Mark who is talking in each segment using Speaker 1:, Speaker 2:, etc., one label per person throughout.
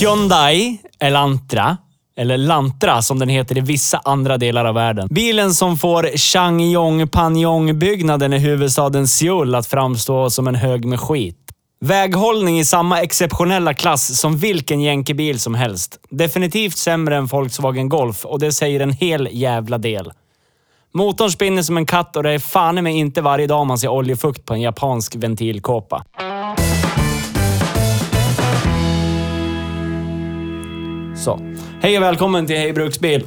Speaker 1: Hyundai Elantra, eller Lantra som den heter i vissa andra delar av världen. Bilen som får Changyong Panyong-byggnaden i huvudstaden Seoul att framstå som en hög med skit. Väghållning i samma exceptionella klass som vilken jänkebil som helst. Definitivt sämre än Volkswagen Golf och det säger en hel jävla del. Motorn spinner som en katt och det är fan i mig inte varje dag man ser oljefukt på en japansk ventilkåpa. Så. Hej och välkommen till Hej Bruksbil.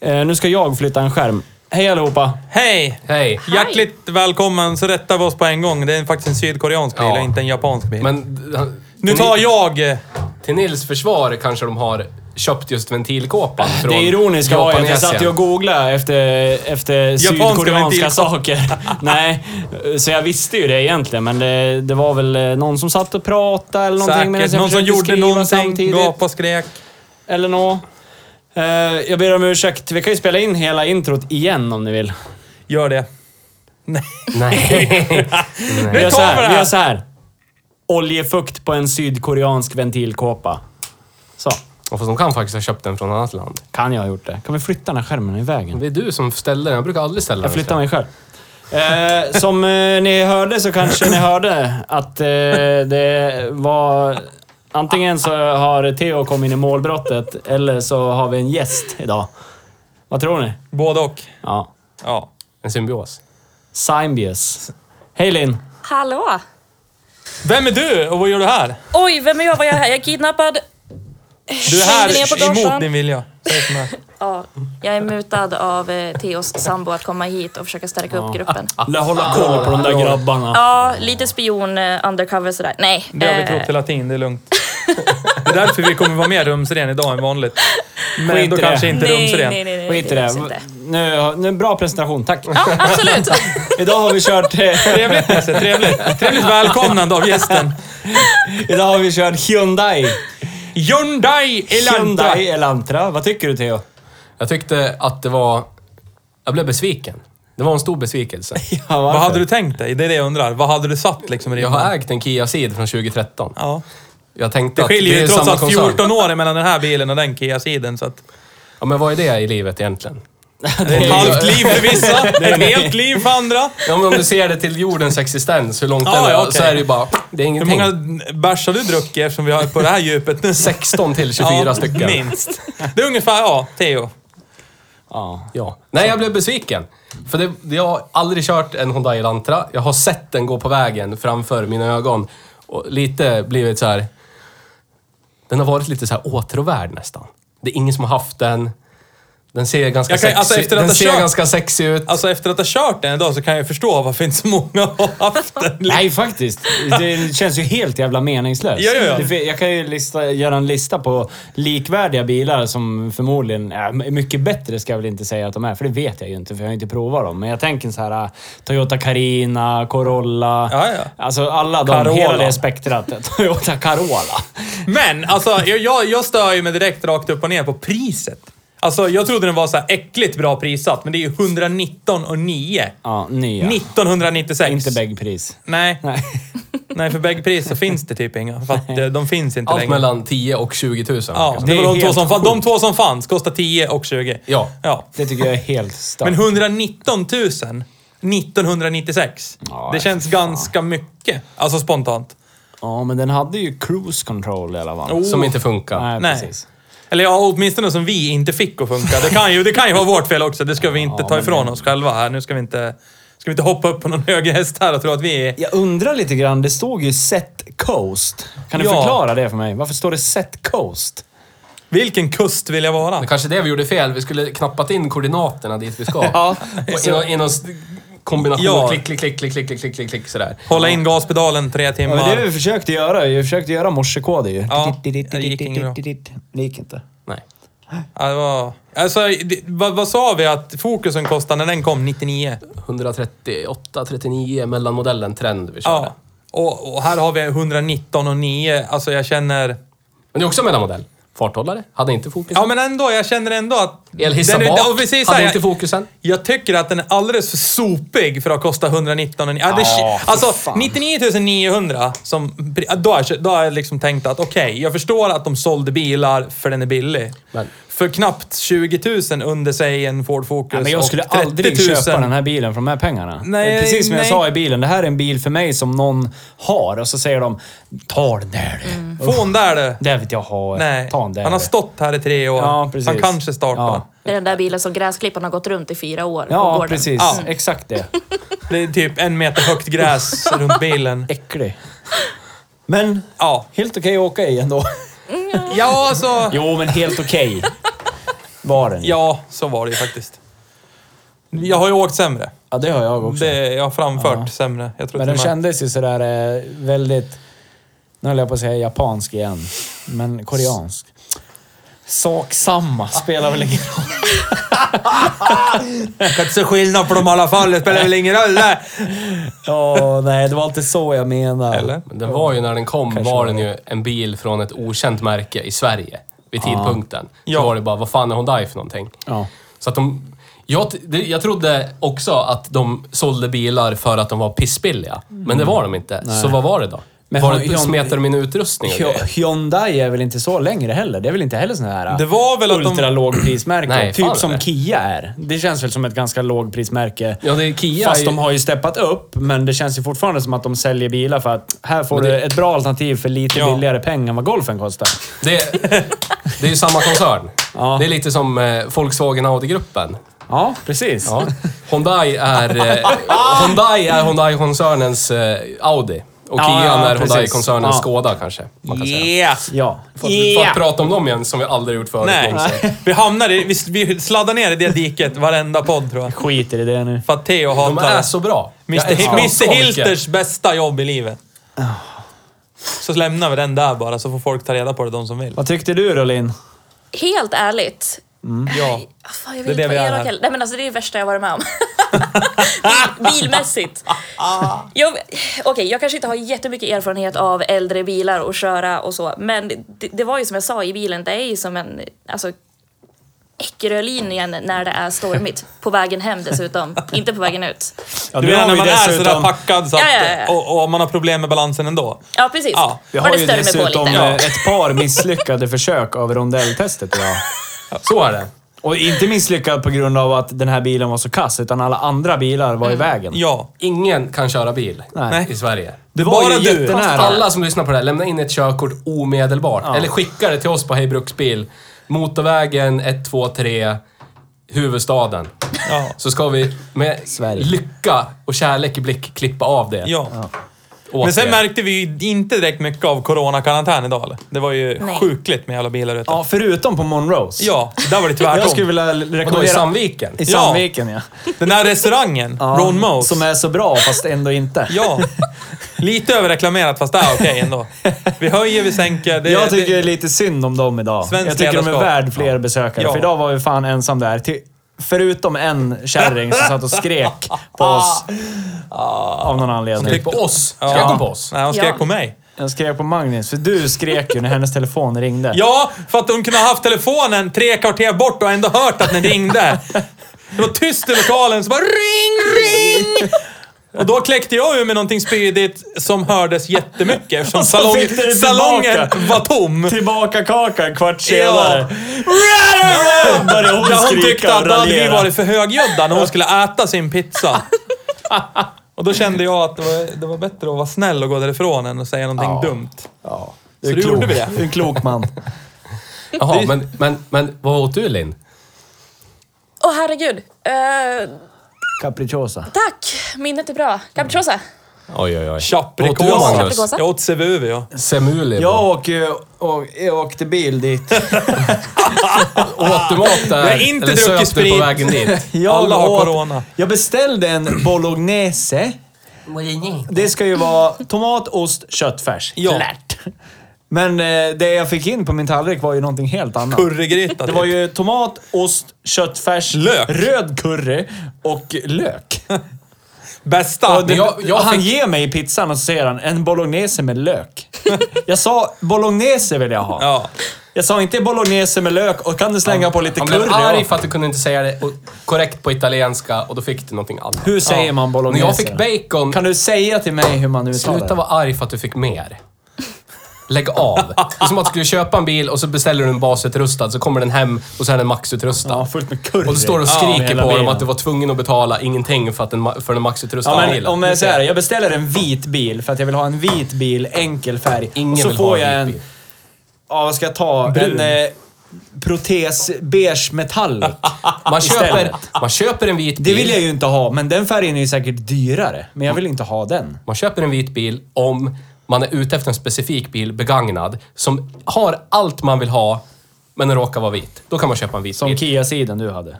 Speaker 1: Eh, nu ska jag flytta en skärm. Hej allihopa!
Speaker 2: Hej!
Speaker 3: Hej.
Speaker 2: Hjärtligt välkommen så rättar vi oss på en gång. Det är faktiskt en sydkoreansk bil
Speaker 3: Ja.
Speaker 2: och inte en japansk bil.
Speaker 3: Men han-
Speaker 2: nu
Speaker 3: till
Speaker 2: tar
Speaker 3: Ni-
Speaker 2: jag... eh,
Speaker 3: Till Nils försvar kanske de har köpt just ventilkåpan
Speaker 2: Ah,
Speaker 3: från
Speaker 1: Det ironiska var ju att jag satt ju och
Speaker 3: Japanesien.
Speaker 1: googlade efter, efter sydkoreanska
Speaker 2: ventilkåpor.
Speaker 1: saker. Nej, eh, så jag visste ju det egentligen, men det, det var väl eh, någon som satt och pratade eller någonting medan
Speaker 2: Säkert.
Speaker 1: jag
Speaker 2: Någon som
Speaker 1: försökte
Speaker 2: gjorde
Speaker 1: skriva
Speaker 2: någonting,
Speaker 1: samtidigt.
Speaker 2: gapade och skrek.
Speaker 1: Eller nå. Eh, jag ber om ursäkt. Vi kan ju spela in hela introt igen om ni vill.
Speaker 2: Gör det. Nej.
Speaker 3: Nej.
Speaker 1: Vi gör så
Speaker 2: tar vi det
Speaker 1: här. Vi
Speaker 2: här.
Speaker 1: gör så här. Oljefukt på en sydkoreansk ventilkåpa. Så.
Speaker 3: Och fast de kan faktiskt ha köpt den från ett annat land.
Speaker 1: Kan jag ha gjort det? Kan vi flytta den här skärmen i vägen?
Speaker 3: Det är du som ställer den. Jag brukar aldrig ställa
Speaker 1: Jag
Speaker 3: den.
Speaker 1: flyttar mig själv. Eh, som eh, ni hörde så kanske ni hörde att eh, det var... Antingen så har Theo kommit in i målbrottet eller så har vi en gäst idag. Vad tror ni?
Speaker 2: Både och.
Speaker 1: Ja.
Speaker 2: Ja.
Speaker 3: En symbios.
Speaker 1: Simbius. Hej Linn!
Speaker 4: Hallå!
Speaker 2: Vem är du och vad gör du här?
Speaker 4: Oj, vem är jag? Vad är jag här? Jag är kidnappad.
Speaker 2: Du är
Speaker 4: Hängde ner på
Speaker 2: här
Speaker 4: gatan.
Speaker 2: emot din vilja. Säg till mig.
Speaker 4: Ja, jag är mutad av eh, Theos sambo att komma hit och försöka stärka upp gruppen.
Speaker 1: Lär hålla koll på de där grabbarna.
Speaker 4: Ah, Ja, lite spion, eh, undercover sådär. Nej.
Speaker 2: Det har vi
Speaker 4: eh,
Speaker 2: trott hela tiden, det är lugnt. Det är därför vi kommer vara mer rumsren idag än vanligt. Men
Speaker 1: Skit i
Speaker 2: ändå
Speaker 1: det.
Speaker 2: kanske inte
Speaker 4: nej,
Speaker 2: rumsren.
Speaker 4: nej, nej, nej.
Speaker 1: Skit i
Speaker 4: behövs
Speaker 1: det.
Speaker 4: inte.
Speaker 1: Nu, har- nu, bra presentation, tack.
Speaker 4: Ja, absolut.
Speaker 1: Idag har vi kört... eh,
Speaker 2: Trevligt Nisse, trevligt. Trevligt välkomnande av gästen.
Speaker 1: Idag har vi kört Hyundai.
Speaker 2: Hyundai Elantra.
Speaker 1: Hyundai Elantra. Vad tycker du Theo?
Speaker 3: Jag tyckte att det var... Jag blev besviken. Det var en stor besvikelse.
Speaker 1: Ja,
Speaker 2: Vad hade du tänkt dig? Det är det jag undrar. Vad hade du satt liksom i
Speaker 3: Jag
Speaker 2: ribban?
Speaker 3: har ägt en Kia Ceed från 2013.
Speaker 2: Ja.
Speaker 3: Jag tänkte
Speaker 2: Det
Speaker 3: att det
Speaker 2: skiljer
Speaker 3: är
Speaker 2: ju trots
Speaker 3: samma
Speaker 2: allt
Speaker 3: koncern.
Speaker 2: 14 år mellan den här bilen och den Kia-sidan. Så att
Speaker 3: Ja, men vad är det i livet egentligen?
Speaker 2: det är ett halvt liv för vissa, ett helt liv för andra.
Speaker 3: Ja, men om du ser det till jordens existens, hur långt
Speaker 2: Ja,
Speaker 3: den är,
Speaker 2: ja, okej.
Speaker 3: så är det ju bara... Det är
Speaker 2: Hur
Speaker 3: ingenting.
Speaker 2: många bärs har du druckit eftersom vi har på det här djupet nu?
Speaker 3: 16 till 24 stycken.
Speaker 2: Minst. Det är ungefär, ja, Theo.
Speaker 1: Ja.
Speaker 3: Ja. Nej, jag blev besviken. För det, jag har aldrig kört en Hyundai Elantra. Jag har sett den gå på vägen framför mina ögon. Och lite blivit så här. Den har varit lite så här åtråvärd nästan. Det är ingen som har haft den. Den ser ganska
Speaker 2: Jag kan-
Speaker 3: sexig
Speaker 2: alltså, efter att
Speaker 3: den
Speaker 2: ha
Speaker 3: ser
Speaker 2: kört-
Speaker 3: ganska sexig ut.
Speaker 2: Alltså efter att ha kört den idag så kan jag förstå varför inte så många har haft den.
Speaker 1: Nej, faktiskt. Det känns ju helt jävla meningslöst.
Speaker 2: Ja, ja, ja.
Speaker 1: Det- Jag kan ju lista, göra en lista på likvärdiga bilar som förmodligen är mycket bättre, ska jag väl inte säga att de är, för det vet jag ju inte, för jag har ju inte provat dem. Men jag tänker så här, äh, Toyota Carina, Corolla.
Speaker 2: Ja, ja.
Speaker 1: Alltså alla de,
Speaker 2: Carola.
Speaker 1: hela det spektrat. Toyota Carola.
Speaker 2: Men alltså, jag, jag, jag stör ju mig direkt rakt upp och ner på priset. Alltså, jag trodde den var så här äckligt bra prissatt, men det är ju 119 och 9.
Speaker 1: Ja, nya.
Speaker 2: 1996.
Speaker 1: Inte bäggpris.
Speaker 2: Nej.
Speaker 1: Nej.
Speaker 2: Nej, för bäggpris så finns det typ inga. För att eh, de finns inte
Speaker 3: Allt
Speaker 2: längre.
Speaker 3: mellan 10 och 20 000.
Speaker 2: Ja,
Speaker 3: kanske.
Speaker 2: det,
Speaker 1: Det är
Speaker 2: var de två,
Speaker 1: helt
Speaker 2: som fanns. de
Speaker 1: sjukt.
Speaker 2: två som fanns kostar 10 och 20.
Speaker 3: Ja.
Speaker 2: ja.
Speaker 1: Det tycker jag är helt stört.
Speaker 2: Men 119 000 1996.
Speaker 1: Ja,
Speaker 2: det
Speaker 1: jag
Speaker 2: känns
Speaker 1: vet
Speaker 2: ganska mycket. Alltså spontant.
Speaker 1: Ja, men den hade ju cruise control i alla fall.
Speaker 3: Som inte funkar.
Speaker 1: Nej,
Speaker 2: Oh, Nej.
Speaker 1: precis.
Speaker 2: Eller ja, åtminstone som vi inte fick att funka. Det kan ju, det kan ju vara vårt fel också. Det ska vi inte
Speaker 1: Ja,
Speaker 2: ta
Speaker 1: men
Speaker 2: ifrån
Speaker 1: det-
Speaker 2: oss själva här. Nu ska vi inte Ska vi inte hoppa upp på någon hög häst här och tro att vi är...
Speaker 1: Jag undrar lite grann, det stod ju Set Coast. Kan du
Speaker 2: Ja.
Speaker 1: förklara det för mig? Varför står det Set Coast?
Speaker 2: Vilken kust vill jag vara?
Speaker 3: Det kanske är det vi gjorde fel. Vi skulle knappat in koordinaterna dit vi ska.
Speaker 1: Ja.
Speaker 3: Och I någon, i någon s- kombination.
Speaker 2: Ja.
Speaker 3: Klick, klick, klick, klick, klick, klick, klick, klick, klick sådär.
Speaker 2: Hålla in gaspedalen tre
Speaker 1: Ja, men det har vi
Speaker 2: timmar.
Speaker 1: försökte göra ju. Vi försökte göra morsekoder ju.
Speaker 2: Ja, det gick inget bra.
Speaker 1: Det gick inte.
Speaker 3: Nej.
Speaker 2: Ja, det var... Alltså, det, vad, vad sa vi att fokusen kostade när den kom? 99?
Speaker 3: 138, 39 mellanmodellen trend vi körde.
Speaker 2: Ja. Och, och här har vi 119 och 9. Alltså jag känner...
Speaker 3: Men det är också mellanmodell. Farthållare, hade inte fokus.
Speaker 2: Ja men ändå, jag känner ändå att...
Speaker 3: Elhissa
Speaker 2: den är-
Speaker 3: bak,
Speaker 2: ja, precis,
Speaker 3: hade
Speaker 2: här,
Speaker 3: inte
Speaker 2: jag-
Speaker 3: fokusen.
Speaker 2: Jag tycker att den är alldeles för sopig för att kosta 119 och, ja, det,
Speaker 1: Ja, för
Speaker 2: Alltså
Speaker 1: fan.
Speaker 2: 99 900 som... Då har jag, då har jag liksom tänkt att okej, jag förstår att de sålde bilar för den är billig.
Speaker 3: Men-
Speaker 2: För knappt 20 000 under sig en Ford Focus
Speaker 1: Ja, men jag
Speaker 2: och
Speaker 1: skulle
Speaker 2: 30 000.
Speaker 1: aldrig köpa den här bilen för de här pengarna.
Speaker 2: Nej,
Speaker 1: Det är Precis som jag
Speaker 2: nej.
Speaker 1: sa i bilen, det här är en bil för mig som någon har och så säger de ta den där du.
Speaker 2: Få den där du.
Speaker 1: Det vill jag ha.
Speaker 2: Nej,
Speaker 1: Ta den där
Speaker 2: han har
Speaker 1: du."
Speaker 2: stått här i tre år.
Speaker 1: Ja, precis.
Speaker 2: Han kanske startar.
Speaker 1: Ja.
Speaker 4: Det är den där bilen som gräsklipparen har gått runt i fyra år. på
Speaker 1: Ja,
Speaker 4: gården. Mm.
Speaker 1: precis.
Speaker 2: Ja.
Speaker 1: Exakt det.
Speaker 2: Det är typ en meter högt gräs runt bilen.
Speaker 1: Äcklig. Men
Speaker 2: Ja,
Speaker 1: helt okej att åka i ändå.
Speaker 2: ja alltså...
Speaker 1: Jo, men helt okej var den. Ja.
Speaker 2: Ja, så var det ju faktiskt. Jag har ju åkt sämre.
Speaker 1: ja, det har jag också.
Speaker 2: Det, jag har framfört sämre. Jag tror
Speaker 1: Men
Speaker 2: till och
Speaker 1: den
Speaker 2: med-
Speaker 1: kändes ju sådär eh, väldigt... Nu höll jag på att säga japansk igen, men koreansk. Sak samma spelar väl ingen roll.
Speaker 2: Jag kan inte se skillnad på dem i alla fall. Det spelar väl ingen roll. det.
Speaker 1: Ja, nej, det var inte så jag menade.
Speaker 2: Eller?
Speaker 3: Men den var ju när den kom
Speaker 1: Kanske
Speaker 3: var
Speaker 1: var
Speaker 3: den
Speaker 1: det.
Speaker 3: ju en bil från ett okänt märke i Sverige vid tidpunkten. Så
Speaker 2: Ja.
Speaker 3: var det bara, vad fan är Hyundai för någonting?
Speaker 1: Ja.
Speaker 3: Så att de... Jag, t- det- jag trodde också att de sålde bilar för att de var pissbilliga. Men
Speaker 2: Mm.
Speaker 3: det var de inte. Så vad var det då?
Speaker 1: Men
Speaker 3: var
Speaker 1: har-
Speaker 3: det, smetade de in utrustning och
Speaker 1: Hy-
Speaker 3: grejer?
Speaker 1: Hyundai är väl inte så längre heller? Det är väl inte heller sån här
Speaker 2: Det var väl att de-
Speaker 1: ultralågprismärke?
Speaker 3: Nej, fan
Speaker 1: typ som
Speaker 3: det.
Speaker 1: Kia är. Det känns väl som ett ganska lågprismärke.
Speaker 3: Ja, det är Kia
Speaker 1: Fast
Speaker 3: är-
Speaker 1: de har ju steppat upp, men det känns ju fortfarande som att de säljer bilar för att här får
Speaker 3: Men det-
Speaker 1: du ett bra alternativ för lite
Speaker 2: Ja.
Speaker 1: billigare pengar än vad golfen kostar.
Speaker 3: Det, det är ju samma koncern.
Speaker 1: Ja.
Speaker 3: Det är lite som eh, Volkswagen Audi-gruppen.
Speaker 1: Ja, precis.
Speaker 3: Ja. Hyundai är eh, Hyundai är Hyundai-koncernens eh, Audi. Och
Speaker 1: Ja,
Speaker 3: Kia
Speaker 1: ja,
Speaker 3: är
Speaker 1: precis.
Speaker 3: Hyundai-koncernens
Speaker 1: Ja.
Speaker 3: Skoda kanske. Man kan säga.
Speaker 2: Yeah!
Speaker 1: Ja.
Speaker 3: För att, för att prata om dem igen som vi aldrig gjort förut.
Speaker 2: Nej.
Speaker 3: någonsin.
Speaker 2: Vi hamnar i... Vi, vi sladdar ner i det diket varenda podd tror jag.
Speaker 1: Skiter i det nu.
Speaker 2: För att Theo
Speaker 3: De
Speaker 2: hatar
Speaker 3: är
Speaker 2: det.
Speaker 3: så bra. Jag
Speaker 2: Mr.
Speaker 3: älskar
Speaker 2: Hi-
Speaker 3: dem så
Speaker 2: Mr.
Speaker 3: mycket.
Speaker 2: Hilters bästa jobb i livet. Så lämnar vi den där bara så får folk ta reda på det, de som vill.
Speaker 1: Vad tyckte du då, Linn?
Speaker 4: Helt ärligt.
Speaker 2: Ja.
Speaker 4: Ah, Fan,
Speaker 2: Det
Speaker 4: jag
Speaker 2: är
Speaker 4: vill
Speaker 2: det
Speaker 4: inte
Speaker 2: vi
Speaker 4: vara
Speaker 2: är här.
Speaker 4: elak heller. Nej men alltså det är det värsta jag varit med om. Bil, bilmässigt.
Speaker 2: Ah.
Speaker 4: Jag, okej, jag kanske inte har jättemycket erfarenhet av äldre bilar och köra och så. Men det, det var ju som jag sa i bilen, det är ju som en alltså, Eckerölinjen när det är stormigt. På vägen hem dessutom, inte på vägen ut.
Speaker 1: Ja,
Speaker 2: Du
Speaker 1: nu har
Speaker 2: menar när
Speaker 1: vi
Speaker 2: man är
Speaker 1: dessutom-
Speaker 2: sådär packad så att,
Speaker 4: Ja, ja, ja.
Speaker 2: Och, och man har problem med balansen ändå?
Speaker 4: Ja precis.
Speaker 2: Ja,
Speaker 1: Vi
Speaker 4: Var
Speaker 1: har
Speaker 4: det
Speaker 1: ju
Speaker 4: större med på
Speaker 1: dessutom
Speaker 4: lite?
Speaker 1: eh, ett par misslyckade försök av rondelltestet idag.
Speaker 3: Så är det.
Speaker 1: Och inte misslyckad på grund av att den här bilen var så kass, utan alla andra bilar var i
Speaker 4: Mm.
Speaker 1: vägen.
Speaker 2: Ja.
Speaker 3: Ingen kan köra bil
Speaker 1: Nej.
Speaker 3: i Sverige.
Speaker 1: Det var
Speaker 2: Bara
Speaker 1: ju
Speaker 2: du.
Speaker 1: jättenära.
Speaker 3: Alla som lyssnar på det här, lämna in ett körkort omedelbart. Eller skicka det till oss på Hej Bruksbil. Motorvägen 123, huvudstaden.
Speaker 2: ja.
Speaker 3: Så ska vi med
Speaker 1: Sverige.
Speaker 3: lycka och kärlek i blick klippa av det.
Speaker 2: Ja.
Speaker 3: åt
Speaker 2: Men sen
Speaker 3: er.
Speaker 2: märkte vi ju inte direkt mycket av coronakarantän idag. eller? Det var ju
Speaker 4: Nej.
Speaker 2: sjukligt med alla bilar ute. Ja.
Speaker 1: Ja, förutom på Monrose.
Speaker 2: där var det
Speaker 1: Jag skulle
Speaker 2: tvärtom.
Speaker 1: vilja
Speaker 3: Vadå, i
Speaker 1: rekommendera...
Speaker 3: Sandviken?
Speaker 1: I
Speaker 2: Ja.
Speaker 1: Sandviken, ja.
Speaker 2: Den här restaurangen,
Speaker 1: ja.
Speaker 2: Ron Mose.
Speaker 1: Som är så bra, fast ändå inte.
Speaker 2: Ja, lite överreklamerat fast det är okej ändå. Vi höjer, vi sänker. Det,
Speaker 1: jag tycker det
Speaker 2: det,
Speaker 1: är lite synd om dem idag.
Speaker 2: Svenskt
Speaker 1: jag tycker de är
Speaker 2: ledarskap.
Speaker 1: värd fler besökare.
Speaker 2: Ja.
Speaker 1: För idag var vi fan ensam där. Till, förutom en kärring som satt och skrek på oss.
Speaker 2: Ah.
Speaker 1: Av någon anledning.
Speaker 3: Klick på oss.
Speaker 2: Ja.
Speaker 3: Ska jag gå på oss?
Speaker 2: Nej, hon skrek
Speaker 4: Ja.
Speaker 2: på mig.
Speaker 1: Jag skrek på Magnus, för du skrek ju när hennes telefon ringde.
Speaker 2: Ja, för att hon kunde ha haft telefonen tre kvarter bort och ändå hört att den ringde. Det var tyst i lokalen, så bara ring, ring! Och då kläckte jag ur med någonting spydigt som hördes jättemycket eftersom
Speaker 1: Och så
Speaker 2: salong,
Speaker 1: fick du det
Speaker 2: salongen
Speaker 1: tillbaka.
Speaker 2: var tom.
Speaker 1: Tillbaka kaka en kvart
Speaker 2: Ja.
Speaker 1: senare. Började hon
Speaker 2: Ja, hon
Speaker 1: skrika
Speaker 2: tyckte att
Speaker 1: och
Speaker 2: då hade vi
Speaker 1: raljera.
Speaker 2: varit för högljudda när hon skulle äta sin pizza. Och då kände jag att det var, det var bättre att vara snäll och gå därifrån än att säga någonting dumt.
Speaker 1: Ja.
Speaker 2: Så
Speaker 1: Du
Speaker 2: då
Speaker 1: är
Speaker 2: gjorde
Speaker 1: klok.
Speaker 2: vi det.
Speaker 1: Du är en klok man.
Speaker 3: Jaha, men, men, men vad åt du Linn?
Speaker 4: Åh herregud. Eh,
Speaker 1: Capricciosa.
Speaker 4: tack! minnet är bra. Capricciosa.
Speaker 3: Oj, oj, oj. Åt du,
Speaker 2: Capricorn.
Speaker 3: Magnus?
Speaker 4: Capricorn.
Speaker 2: Jag åt Sevuvia.
Speaker 3: Semuli.
Speaker 1: Jag
Speaker 3: Ja.
Speaker 1: åker ju... och- Jag åkte bil dit.
Speaker 3: Åt du mat där?
Speaker 2: Jag har inte
Speaker 3: Eller
Speaker 2: druckit
Speaker 3: söp du på
Speaker 2: sprit.
Speaker 3: vägen dit?
Speaker 1: Jag
Speaker 2: Alla har corona.
Speaker 1: Jag beställde en bolognese. Det ska ju vara tomat, ost, köttfärs.
Speaker 2: Ja.
Speaker 1: Klart. Men eh, det jag fick in på min tallrik var ju någonting helt annat.
Speaker 2: Currygryta.
Speaker 1: Det var ju tomat, ost, köttfärs,
Speaker 2: Lök.
Speaker 1: röd curry och lök.
Speaker 2: Bästa.
Speaker 1: Och det,
Speaker 3: jag- jag
Speaker 1: han
Speaker 3: fick-
Speaker 1: ger mig pizzan och så säger han en bolognese med lök. jag sa bolognese vill jag ha.
Speaker 2: Ja.
Speaker 1: Jag sa inte bolognese med lök och kan du slänga på lite
Speaker 3: Han
Speaker 1: curry?
Speaker 3: blev arg
Speaker 1: och-
Speaker 3: för att du kunde inte säga det och- korrekt på italienska och då fick du någonting annat.
Speaker 1: Hur säger man
Speaker 3: När
Speaker 1: bolognese?
Speaker 3: jag fick bacon...
Speaker 1: Kan du säga till mig hur man uttalar
Speaker 3: Sluta
Speaker 1: det?
Speaker 3: vara arg för att du fick mer. Lägg av. Det är som att du skulle köpa en bil och så beställer du en basutrustad, så kommer den hem och så är den maxutrustad.
Speaker 1: Ja, fullt med curry.
Speaker 3: Och du står och
Speaker 1: Ja, med
Speaker 3: skriker
Speaker 1: hela
Speaker 3: på dem
Speaker 1: bilen.
Speaker 3: att du var tvungen att betala ingenting för, att den, ma- för den maxutrustade
Speaker 1: Ja, men
Speaker 3: bilen.
Speaker 1: om jag säger jag beställer en vit bil för att jag vill ha en vit bil, enkel färg.
Speaker 3: Ingen
Speaker 1: och så
Speaker 3: vill
Speaker 1: får
Speaker 3: ha
Speaker 1: jag
Speaker 3: en
Speaker 1: en,
Speaker 3: vit bil.
Speaker 1: ja vad ska jag ta?
Speaker 3: Brun.
Speaker 1: En eh, protes beige metallic.
Speaker 3: Man köper,
Speaker 1: istället.
Speaker 3: man köper en vit bil.
Speaker 1: Det vill jag ju inte ha, men den färgen är ju säkert dyrare. Men jag vill inte ha den.
Speaker 3: Man köper en vit bil om man är ute efter en specifik bil, begagnad, som har allt man vill ha, men den råkar vara vit. Då kan man köpa en vit
Speaker 1: Som
Speaker 3: bil.
Speaker 1: Kia-sidan du hade.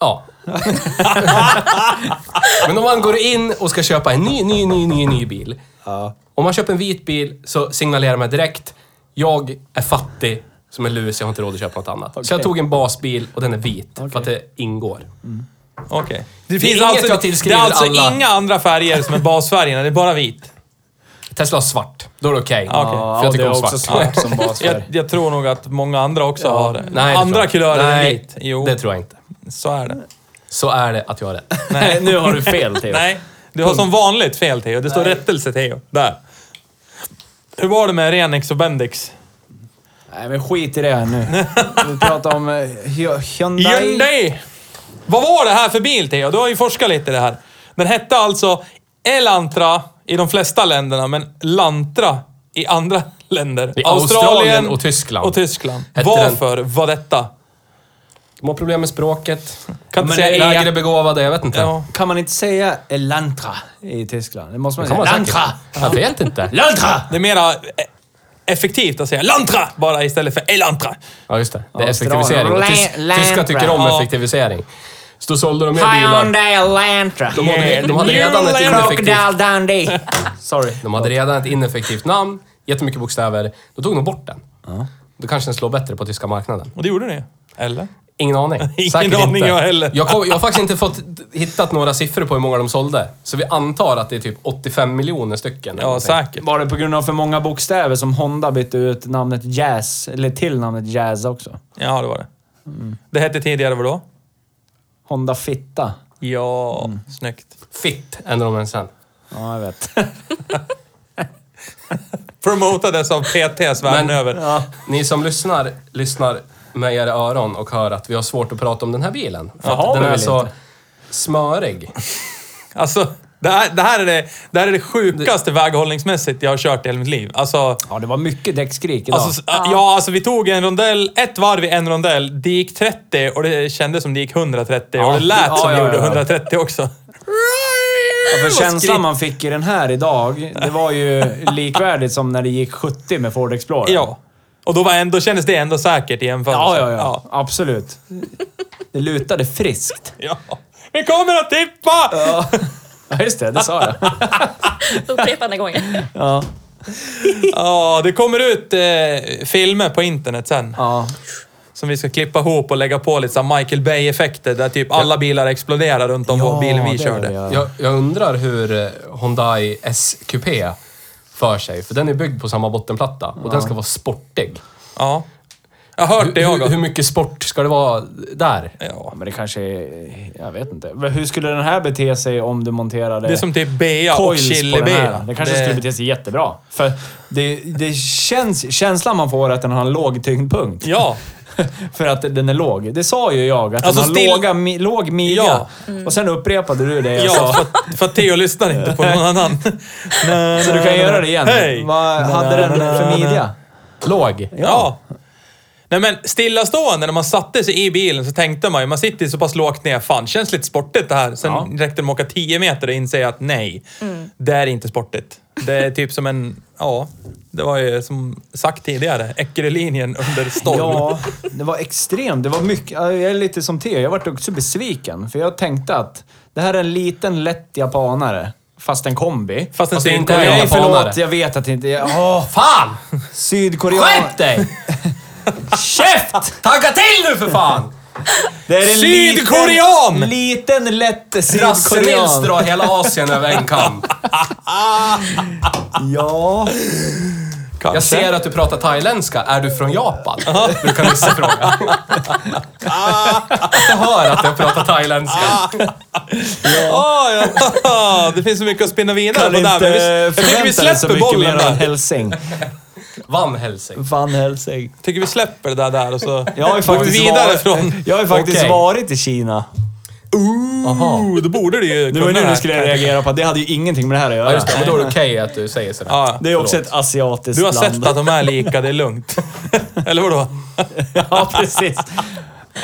Speaker 3: Ja. Men om man går in och ska köpa en ny, ny, ny, ny, ny bil. Om man köper en vit bil så signalerar man direkt, jag är fattig som en lus, jag har inte råd att köpa något annat. Så jag
Speaker 1: Okej.
Speaker 3: tog en basbil och den är vit, för att det ingår.
Speaker 2: Okej. Det,
Speaker 3: är
Speaker 2: finns
Speaker 3: inget
Speaker 2: alltså,
Speaker 3: jag
Speaker 2: det
Speaker 3: tillskriver
Speaker 2: är alltså
Speaker 3: alla.
Speaker 2: inga andra färger som är basfärgerna, det är bara vit.
Speaker 3: Tesla har svart, då är det okej.
Speaker 2: Ja, okej.
Speaker 3: För jag tycker
Speaker 1: det
Speaker 3: om
Speaker 1: är också
Speaker 3: svart.
Speaker 1: svart som
Speaker 2: Jag,
Speaker 1: basfärg.
Speaker 2: jag tror nog att många andra också har det.
Speaker 3: Nej, det tror
Speaker 2: andra
Speaker 3: jag.
Speaker 2: kulörer än
Speaker 3: Nej,
Speaker 2: vit. Jo,
Speaker 3: det tror jag inte.
Speaker 2: så är det.
Speaker 3: Så är det att jag har rätt.
Speaker 1: Nej, nu har du fel Theo.
Speaker 2: Nej, du har som vanligt fel Theo. Det står rättelse Theo. Där. Hur var det med Renix och Bendix?
Speaker 1: Nej, men skit i det här nu. Vi pratar om eh, Hy- Hyundai.
Speaker 2: Hyundai! Vad var det här för bil Theo? Du har ju forskat lite i det här. Den hette alltså Elantra i de flesta länderna, men Lantra i andra länder.
Speaker 3: I Australien och Tyskland.
Speaker 2: Och Tyskland.
Speaker 3: Hette den.
Speaker 2: Varför var detta?
Speaker 3: De har problem med språket,
Speaker 2: Kan
Speaker 1: Men
Speaker 2: inte säga
Speaker 1: det är-
Speaker 3: lägre begåvade, jag vet inte.
Speaker 2: Ja.
Speaker 1: Kan man inte säga Elantra i Tyskland? Det måste man
Speaker 3: Kan
Speaker 1: säga.
Speaker 3: man säkert.
Speaker 1: Lantra!
Speaker 3: Jag vet inte.
Speaker 1: Lantra!
Speaker 2: Det är mera eh, effektivt att säga Lantra bara istället för Elantra.
Speaker 3: Ja, just det. Det är
Speaker 1: Australien.
Speaker 3: effektivisering. Och tys
Speaker 1: Lan-
Speaker 3: tyskar tycker om
Speaker 2: Ja.
Speaker 3: effektivisering. Så då sålde de mer bilar.
Speaker 1: Elantra.
Speaker 3: De hade, de hade redan ett ineffektivt...
Speaker 1: Dundee. Sorry.
Speaker 3: De hade redan ett ineffektivt namn, jättemycket bokstäver. Då tog de bort den. Då kanske den slår bättre på tyska marknaden.
Speaker 2: Och det gjorde ni? Eller?
Speaker 3: Ingen aning.
Speaker 2: Ingen
Speaker 3: Säkert
Speaker 2: aning
Speaker 3: inte.
Speaker 2: jag heller.
Speaker 3: Jag, kom, jag har faktiskt inte fått hittat några siffror på hur många de sålde. Så vi antar att det är typ 85 miljoner stycken. eller
Speaker 2: Ja,
Speaker 3: någonting.
Speaker 2: säkert.
Speaker 1: Var det på grund av för många bokstäver som Honda bytte ut namnet Jazz, eller till namnet Jazz också?
Speaker 2: Ja, det var det.
Speaker 3: Mm.
Speaker 2: Det hette tidigare vadå?
Speaker 1: Honda Fitta.
Speaker 2: Ja,
Speaker 3: Mm.
Speaker 2: snyggt.
Speaker 3: Fitt ändrar de den sen.
Speaker 1: Ja, jag vet.
Speaker 2: Promotades av PTs världen
Speaker 3: Men-
Speaker 2: över.
Speaker 3: Ni som lyssnar, lyssnar med era öron och hör att vi har svårt att prata om den här bilen. För
Speaker 1: Jaha,
Speaker 3: att den
Speaker 1: vi
Speaker 3: är
Speaker 1: vill
Speaker 3: så
Speaker 1: inte.
Speaker 3: smörig.
Speaker 2: Alltså, det här, det, här är det, det här är det sjukaste väghållningsmässigt jag har kört i hela mitt liv. Alltså,
Speaker 1: Ja, det var mycket däckskrik idag.
Speaker 2: alltså, s- ja, alltså vi tog en rondell, ett varv i en rondell, det gick 30 och det kändes som det gick 130 och det lät
Speaker 1: ja,
Speaker 2: som det
Speaker 1: ja,
Speaker 2: gjorde
Speaker 1: ja.
Speaker 2: 130 också.
Speaker 1: för
Speaker 2: Vad
Speaker 1: känslan
Speaker 2: skri-
Speaker 1: man fick i den här idag, det var ju likvärdigt som när det gick 70 med Ford Explorer.
Speaker 2: Ja. Och då, var ändå, kändes det ändå säkert i jämförelse.
Speaker 1: Ja, ja, ja. Absolut. Det lutade friskt.
Speaker 2: ja. Ja. Vi kommer att tippa!
Speaker 1: Ja, just det. Det sa jag.
Speaker 4: Upprepande gånger.
Speaker 1: Ja.
Speaker 2: Ja, det kommer ut eh, filmer på internet sen.
Speaker 1: ja.
Speaker 2: Som vi ska klippa ihop och lägga på lite så här Michael Bay-effekter där typ alla bilar exploderar runt om vår bilen vi
Speaker 1: det
Speaker 2: körde.
Speaker 1: vill jag.
Speaker 3: Jag, jag undrar hur eh, Hyundai S-kupé för sig. För den är byggd på samma bottenplatta och den ska vara sportig.
Speaker 2: Ja. Jag har hört det jag
Speaker 3: Hur, hur
Speaker 2: också.
Speaker 3: mycket sport ska det vara där?
Speaker 2: Ja.
Speaker 1: Ja, men det kanske är... Jag vet inte. Men Hur skulle den här bete sig om du monterade...
Speaker 2: Det är som typ bea och
Speaker 1: coils på
Speaker 2: chili
Speaker 1: den här?
Speaker 2: bea.
Speaker 1: Den kanske skulle bete sig jättebra. För det, det känns... Känslan man får är att den har en låg tyngdpunkt.
Speaker 2: Ja,
Speaker 1: För att den är låg. Det sa ju jag, att
Speaker 2: Alltså,
Speaker 1: den har
Speaker 2: still-
Speaker 1: låga, mi, låg midja.
Speaker 2: Ja.
Speaker 1: Och sen upprepade du det jag
Speaker 2: ja
Speaker 1: sa.
Speaker 2: för, att- för att Theo lyssnar inte på någon annan.
Speaker 1: Så du kan göra det igen.
Speaker 2: Hej!
Speaker 1: Vad hade den för midja?
Speaker 3: Låg?
Speaker 2: Ja. Nej men stillastående när man satte sig i bilen så tänkte man ju, man sitter ju så pass lågt ner, fan känns lite sportigt det här. Sen räckte det med att åka 10 meter och inse att nej, det är inte sportigt. Det är typ som en, ja, det var ju som sagt tidigare, Eckerölinjen under storm.
Speaker 1: Ja, det var extremt. Det var mycket. ja, Jag är lite som Theo. Jag vart också besviken. För jag tänkte att det här är en liten lätt japanare. Fast en kombi.
Speaker 2: Fast den
Speaker 3: Fast det
Speaker 2: ser
Speaker 3: är
Speaker 2: inte
Speaker 3: inte-
Speaker 2: jag.
Speaker 1: Nej,
Speaker 3: japanare.
Speaker 1: förlåt. Jag vet att det inte... Åh,
Speaker 3: Fan!
Speaker 1: sydkorean.
Speaker 3: Skärp dig!
Speaker 1: Käft!
Speaker 3: Tagga till nu för fan!
Speaker 1: Det är en
Speaker 2: Sydkorean!
Speaker 1: Liten, liten lätt
Speaker 3: Brasse Nils
Speaker 1: sydkorean.
Speaker 3: drar hela Asien över en kam.
Speaker 1: Ja.
Speaker 2: Kanske.
Speaker 3: Jag ser att du pratar thailändska. Är du från Japan? Du kan missfråga. Jag hör att jag pratar thailändska.
Speaker 2: Ah, ja. Det finns så mycket att spinna vidare
Speaker 1: Kan
Speaker 2: på där.
Speaker 1: inte
Speaker 2: Men vi, jag tycker vi
Speaker 1: förvänta dig så
Speaker 2: släpper
Speaker 1: mycket mer
Speaker 2: bollen
Speaker 1: av
Speaker 2: där.
Speaker 1: Helsing.
Speaker 3: Van Helsing.
Speaker 1: Van Helsing.
Speaker 2: tycker vi släpper det där, där och så
Speaker 1: Jag har ju
Speaker 2: går vi
Speaker 1: faktiskt,
Speaker 2: vidare
Speaker 1: varit,
Speaker 2: från...
Speaker 1: jag har ju faktiskt
Speaker 3: Okej.
Speaker 1: varit i Kina.
Speaker 2: Oh, då borde du ju
Speaker 1: Det var
Speaker 2: kunna
Speaker 1: nu
Speaker 2: här.
Speaker 1: du skulle reagera på att det hade ju ingenting med det här att göra.
Speaker 3: Ja, just det. Men då är det okej att du säger sådär.
Speaker 2: Ja.
Speaker 1: Det är ju också ett asiatiskt
Speaker 2: Du har
Speaker 1: land.
Speaker 2: sett att de är lika, det är lugnt. Eller vadå?
Speaker 1: Ja, precis.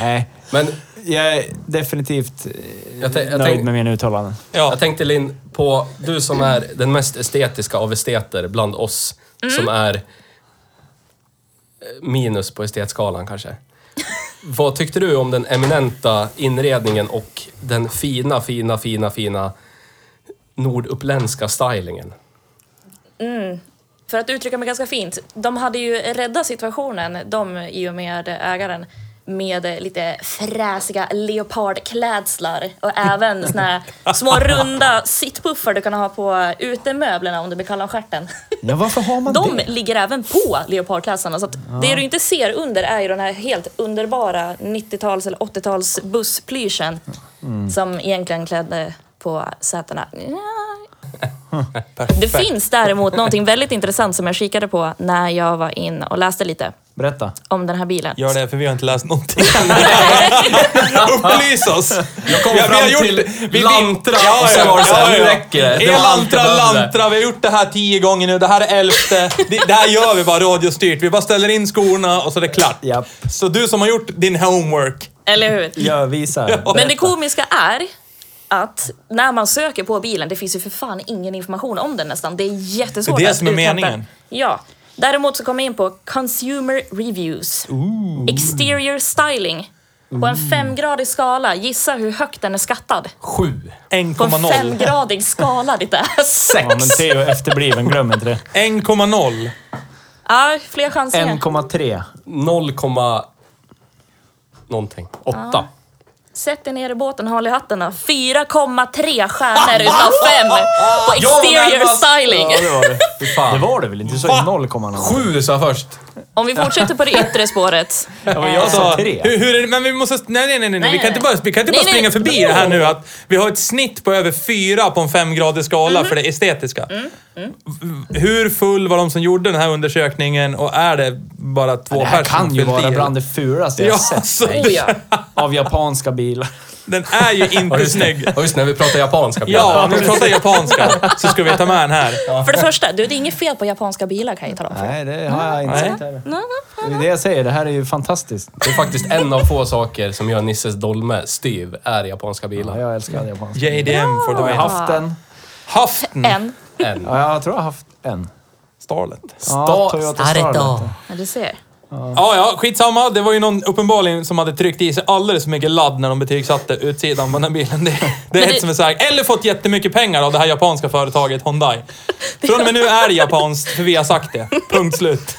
Speaker 1: Nej,
Speaker 3: Men
Speaker 1: jag är definitivt eh,
Speaker 3: jag, tän- jag,
Speaker 1: nöjd
Speaker 3: tänk,
Speaker 1: med mina uttalanden.
Speaker 2: Ja.
Speaker 3: jag tänkte Linn, på du som är den mest estetiska av esteter bland oss, som är eh, minus på estetskalan kanske. Vad tyckte du om den eminenta inredningen och den fina, fina, fina, fina norduppländska stylingen?
Speaker 4: För att uttrycka mig ganska fint, de hade ju räddat situationen, de i och med ägaren, med lite fräsiga leopardklädslar och även såna här små runda sittpuffar du kan ha på utemöblerna om det blir kalla om stjärten.
Speaker 1: Ja, varför har man
Speaker 4: De
Speaker 1: det?
Speaker 4: ligger även på leopardklädslarna. Så att Det du inte ser under är ju den här helt underbara 90-tals eller 80-tals bussplyschen
Speaker 1: Mm.
Speaker 4: som egentligen klädde på sätena. Det finns däremot någonting väldigt intressant som jag kikade på när jag var in och läste lite
Speaker 1: Berätta.
Speaker 4: om den här bilen.
Speaker 2: Gör det, för vi har inte läst någonting. Upplys oss! Jag
Speaker 3: kom fram till Lantra och så var det så här, nu räcker det. Det var allt jag
Speaker 2: Elantra,
Speaker 3: behövde.
Speaker 2: Lantra. Vi har gjort det här tio gånger nu. Det här är elfte. Det, det här gör vi bara radiostyrt. Vi bara ställer in skorna och så är det klart.
Speaker 1: Japp.
Speaker 2: Så du som har gjort din homework.
Speaker 4: Eller hur?
Speaker 1: Jag visar.
Speaker 4: Men det komiska är att när man söker på bilen, det finns ju för fan ingen information om den nästan. Det är jättesvårt
Speaker 2: Det är det
Speaker 4: att
Speaker 2: som är
Speaker 4: uthämta.
Speaker 2: meningen.
Speaker 4: Ja. Däremot så kom jag in på Consumer Reviews. Exterior Styling. På en femgradig skala, gissa hur högt den är skattad?
Speaker 3: Sju.
Speaker 4: På en
Speaker 2: 1,0.
Speaker 4: femgradig skala, ditt ass!
Speaker 1: Ja, men Theo är efterbliven, glöm inte det.
Speaker 2: 1,0.
Speaker 4: Ja, fler chanser.
Speaker 1: 1,3.
Speaker 3: 0, komma någonting. 8.
Speaker 4: Sätt dig ner i båten och håll i hatten då. 4,3 stjärnor utav
Speaker 3: Jag
Speaker 4: 5 på
Speaker 3: var
Speaker 4: Exterior
Speaker 3: närmast.
Speaker 4: Styling.
Speaker 1: Ja, det var det.
Speaker 3: Fy
Speaker 1: Det
Speaker 3: fan.
Speaker 1: var det väl inte? Du sa ju 0, något.
Speaker 3: 7 sa jag först.
Speaker 4: Om vi fortsätter på det yttre spåret.
Speaker 1: Jag sa
Speaker 2: Alltså,
Speaker 1: 3.
Speaker 2: hur, hur är det, men vi måste... Nej, nej, nej. nej.
Speaker 4: Nej,
Speaker 2: vi kan inte
Speaker 4: nej.
Speaker 2: bara, vi kan inte
Speaker 4: Nej,
Speaker 2: bara springa
Speaker 4: nej.
Speaker 2: förbi det här nu att vi har ett snitt på över fyra på en femgradig skala
Speaker 4: Mm-hmm.
Speaker 2: för det estetiska.
Speaker 4: Mm,
Speaker 2: V- Hur full var de som gjorde den här undersökningen och är det bara två
Speaker 1: Det
Speaker 2: personer
Speaker 1: här kan ju
Speaker 2: fyllt i
Speaker 1: vara
Speaker 2: den?
Speaker 1: bland det fulaste jag
Speaker 2: Ja,
Speaker 1: har sett
Speaker 2: så,
Speaker 4: Oh, ja.
Speaker 1: av japanska bilar.
Speaker 2: den är ju inte snygg.
Speaker 3: Ja, just när vi pratar japanska.
Speaker 2: Ja, om vi pratar japanska så ska vi ta med den här.
Speaker 4: För det första, du, det är inget fel på japanska bilar kan jag ju tala om. för dig.
Speaker 1: Nej, det har jag inte
Speaker 2: Nej.
Speaker 1: sett heller. Det är det jag säger. Det här är ju fantastiskt.
Speaker 3: Det är faktiskt en av få saker som gör Nisses dolme styv, är japanska
Speaker 1: Ja,
Speaker 3: bilar.
Speaker 1: jag älskar japanska.
Speaker 2: JDM for the
Speaker 1: Jag har
Speaker 2: win.
Speaker 1: haft en.
Speaker 2: Haften.
Speaker 4: Mm. En.
Speaker 3: En.
Speaker 1: Ja, jag tror jag har haft en.
Speaker 2: Starlet.
Speaker 1: Ja, Toyota Starlet.
Speaker 4: Ja, du ser.
Speaker 2: Ja, ja, skitsamma. Det var ju någon uppenbarligen som hade tryckt i sig alldeles för mycket ladd när de betygsatte utsidan på den här bilen. Det, det är
Speaker 4: Men
Speaker 2: ett
Speaker 4: det-
Speaker 2: som är så här, eller fått jättemycket pengar av det här japanska företaget Hyundai. Från och med nu är det japanskt, för vi har sagt det. Punkt slut.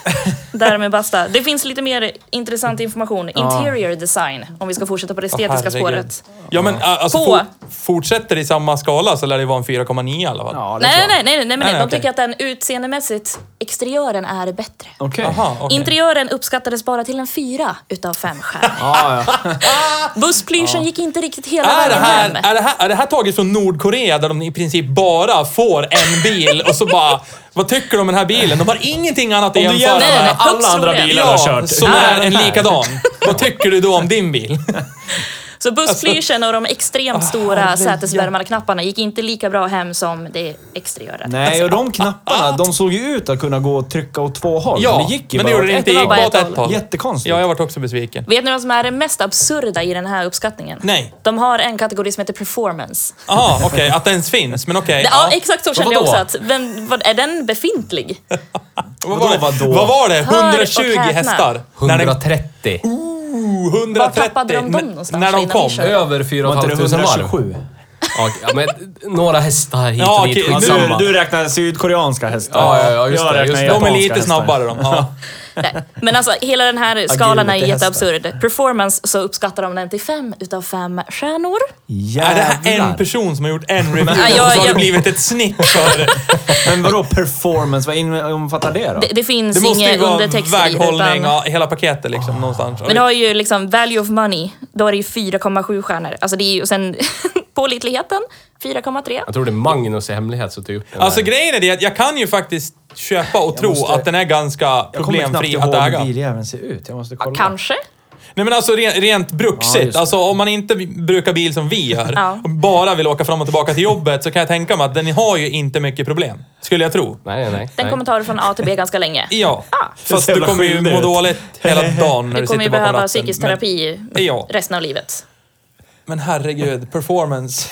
Speaker 4: Därmed basta. Det finns lite mer intressant information. Interior design, om vi ska fortsätta på det estetiska
Speaker 2: Herregud.
Speaker 4: spåret.
Speaker 2: Ja, men ä, alltså,
Speaker 4: På.
Speaker 2: for, fortsätter det i samma skala så lär det vara en 4,9 i alla fall.
Speaker 1: Ja, det tror
Speaker 4: Nej,
Speaker 1: jag.
Speaker 4: nej, nej, nej, nej, men
Speaker 2: Nej, nej,
Speaker 4: de
Speaker 2: okej.
Speaker 4: tycker att den utseendemässigt, exteriören är bättre.
Speaker 1: Okej.
Speaker 2: Aha, okej.
Speaker 4: Interiören uppskattades bara till en fyra utav fem stjärnor.
Speaker 1: Ja, ja.
Speaker 4: Bussplyschen gick inte riktigt hela
Speaker 2: Är det,
Speaker 4: vägen
Speaker 2: här,
Speaker 4: hem.
Speaker 2: är, det här, är det här taget från Nordkorea där de i princip bara får en bil och så bara, vad tycker du om den här bilen? De har ingenting annat att
Speaker 1: Om du
Speaker 2: jämföra
Speaker 4: Nej,
Speaker 1: jämför med
Speaker 4: nej,
Speaker 1: alla
Speaker 4: högst
Speaker 1: andra
Speaker 4: troligen.
Speaker 1: bilar du
Speaker 2: Ja,
Speaker 1: har kört.
Speaker 2: som
Speaker 1: Nej,
Speaker 2: är
Speaker 1: den
Speaker 2: en
Speaker 1: här.
Speaker 2: likadan. Vad tycker du då om din bil?
Speaker 4: Så bussplyschen och de extremt
Speaker 2: Ah,
Speaker 4: stora sätesvärmarknapparna gick inte lika bra hem som det extra gör.
Speaker 2: Alltså,
Speaker 1: Nej, och
Speaker 2: ah,
Speaker 1: de knapparna, de såg ju ut att kunna gå och trycka åt två håll.
Speaker 2: Ja,
Speaker 1: men det gick ju
Speaker 2: men det
Speaker 1: bara
Speaker 2: gjorde det
Speaker 1: åt
Speaker 2: inte. Det gick
Speaker 1: ett håll.
Speaker 2: bara åt ett håll.
Speaker 1: Jättekonstigt.
Speaker 2: Ja, jag varit också besviken.
Speaker 4: Vet ni vad som är det mest absurda i den här uppskattningen?
Speaker 2: Nej.
Speaker 4: De har en kategori som heter performance.
Speaker 2: Jaha, okej. Att den ens finns, men okej.
Speaker 4: Ja, exakt så kände jag
Speaker 2: vadå?
Speaker 4: också. Att, vem, vad, är den befintlig?
Speaker 2: Vad var, det?
Speaker 1: Vadå, vadå?
Speaker 2: vad var det?
Speaker 4: Hör och
Speaker 2: 120
Speaker 4: häpna.
Speaker 2: hästar? När den,
Speaker 3: 130.
Speaker 2: oh, 130.
Speaker 4: Var tappade de dem
Speaker 2: N-
Speaker 4: någonstans
Speaker 2: När de
Speaker 4: innan
Speaker 2: kom?
Speaker 4: vi körde?
Speaker 3: Över 4
Speaker 1: Var inte det
Speaker 3: 500 varv.
Speaker 1: 127?
Speaker 3: Ja, ja, men några hästar hit
Speaker 2: Ja,
Speaker 3: och dit.
Speaker 2: okej, nu-
Speaker 3: Skitsamma.
Speaker 1: Du, du räknar sydkoreanska hästar.
Speaker 3: Ja, ja, ja, just
Speaker 1: jag
Speaker 3: det, just
Speaker 1: räknar
Speaker 3: det.
Speaker 2: De är
Speaker 1: japanska
Speaker 2: lite
Speaker 1: hästar.
Speaker 2: snabbare de. Ja.
Speaker 4: Nej. Men alltså hela den här skalan är
Speaker 2: gud, det är
Speaker 4: jätteabsurd. Performance så uppskattar de den till fem utav fem stjärnor.
Speaker 2: Är det här
Speaker 1: Jävlar.
Speaker 2: en person som har gjort en review
Speaker 4: Ja,
Speaker 2: och
Speaker 4: jag-
Speaker 2: så har det
Speaker 4: jag-
Speaker 2: blivit ett snitt för det?
Speaker 1: Men vadå performance? Vad in- omfattar det då?
Speaker 4: Det, det finns
Speaker 2: Det måste ju
Speaker 4: inget
Speaker 2: vara
Speaker 4: undertext i.
Speaker 2: väghållning,
Speaker 4: utan-
Speaker 2: ja, hela paketet
Speaker 1: Ah.
Speaker 2: liksom någonstans.
Speaker 4: Men du har ju liksom value of money, då är det ju 4,7 stjärnor. Alltså det är ju, och sen pålitligheten, 4,3.
Speaker 3: Jag tror det är Magnus i hemlighet som har gjort den
Speaker 2: Alltså
Speaker 3: här.
Speaker 2: grejen är det att jag kan ju faktiskt köpa och tro
Speaker 1: måste-
Speaker 2: att den är ganska
Speaker 1: Jag kommer knappt
Speaker 2: problemfri
Speaker 1: ihåg
Speaker 2: att
Speaker 1: hur
Speaker 2: äga.
Speaker 1: biljäveln ser ut. Jag måste kolla.
Speaker 4: Kanske.
Speaker 2: Nej men alltså rent, rent
Speaker 1: Ja,
Speaker 2: bruksigt.
Speaker 1: just det.
Speaker 2: alltså om man inte brukar bil som vi gör
Speaker 4: Ja.
Speaker 2: och bara vill åka fram och tillbaka till jobbet så kan jag tänka mig att den har ju inte mycket problem. Skulle jag tro.
Speaker 3: Nej, nej, nej.
Speaker 4: Den
Speaker 3: nej.
Speaker 4: kommer ta dig från A till B ganska länge.
Speaker 2: Ja. Fast
Speaker 1: Det är så
Speaker 2: du
Speaker 1: jävla
Speaker 2: kommer ju
Speaker 1: skyldig
Speaker 2: må
Speaker 1: ut.
Speaker 2: dåligt hela dagen när du,
Speaker 4: Du
Speaker 2: sitter
Speaker 4: Ah. kommer ju
Speaker 2: bakom
Speaker 4: behöva
Speaker 2: ratten.
Speaker 4: psykisk terapi
Speaker 2: Men, ja.
Speaker 4: resten av livet.
Speaker 2: Men herregud, performance.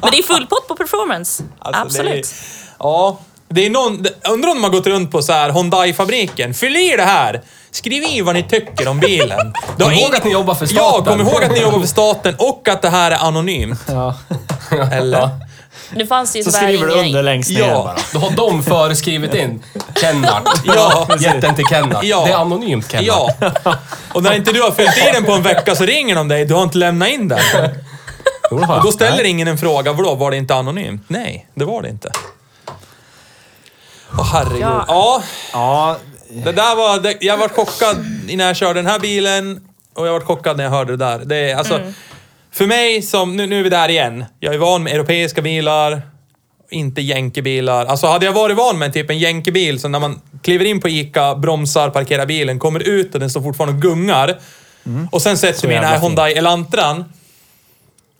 Speaker 4: Men det är full pott på performance.
Speaker 2: Alltså,
Speaker 4: Absolut.
Speaker 2: Det är, ja. Det är någon, det- undrar om de har gått runt på så här Hyundai-fabriken. Fyll i det här! Skriv i vad ni tycker om bilen. Du har
Speaker 3: Kom ihåg
Speaker 2: ingen-
Speaker 3: att ni jobbar för
Speaker 2: Ja,
Speaker 3: staten.
Speaker 2: kom ihåg att ni jobbar för staten och att det här är anonymt.
Speaker 1: Ja.
Speaker 2: Eller?
Speaker 4: Nu fanns det ju
Speaker 1: Så
Speaker 4: tyvärr
Speaker 1: skriver du
Speaker 4: ingen-
Speaker 1: under längst ner
Speaker 2: Ja.
Speaker 1: bara.
Speaker 3: Då har de föreskrivit in Kennart.
Speaker 2: Ja.
Speaker 3: Gett den till Kennart.
Speaker 2: Ja.
Speaker 3: Det är anonymt Kennart.
Speaker 2: Ja. Och när inte du har fyllt i den på en vecka så ringer de dig. Du har inte lämnat in den.
Speaker 3: Jo, det har jag.
Speaker 2: Då ställer ingen en fråga. Vadå, var det inte anonymt? Nej, det var det inte. Åh herregud.
Speaker 4: Ja.
Speaker 2: ja.
Speaker 1: Ja,
Speaker 2: Det där var, det, jag var chockad innan jag körde den här bilen och jag var chockad när jag hörde det där. Det är, alltså, För mig som, nu, nu är vi där igen. Jag är van med europeiska bilar, inte jänkebilar. Alltså hade jag varit van med typ en jänkebil, så när man kliver in på ICA, bromsar, parkerar bilen, kommer ut och den står fortfarande och gungar. Och sen sätter vi den här
Speaker 1: Mm. jävla fint.
Speaker 2: Hyundai Elantran.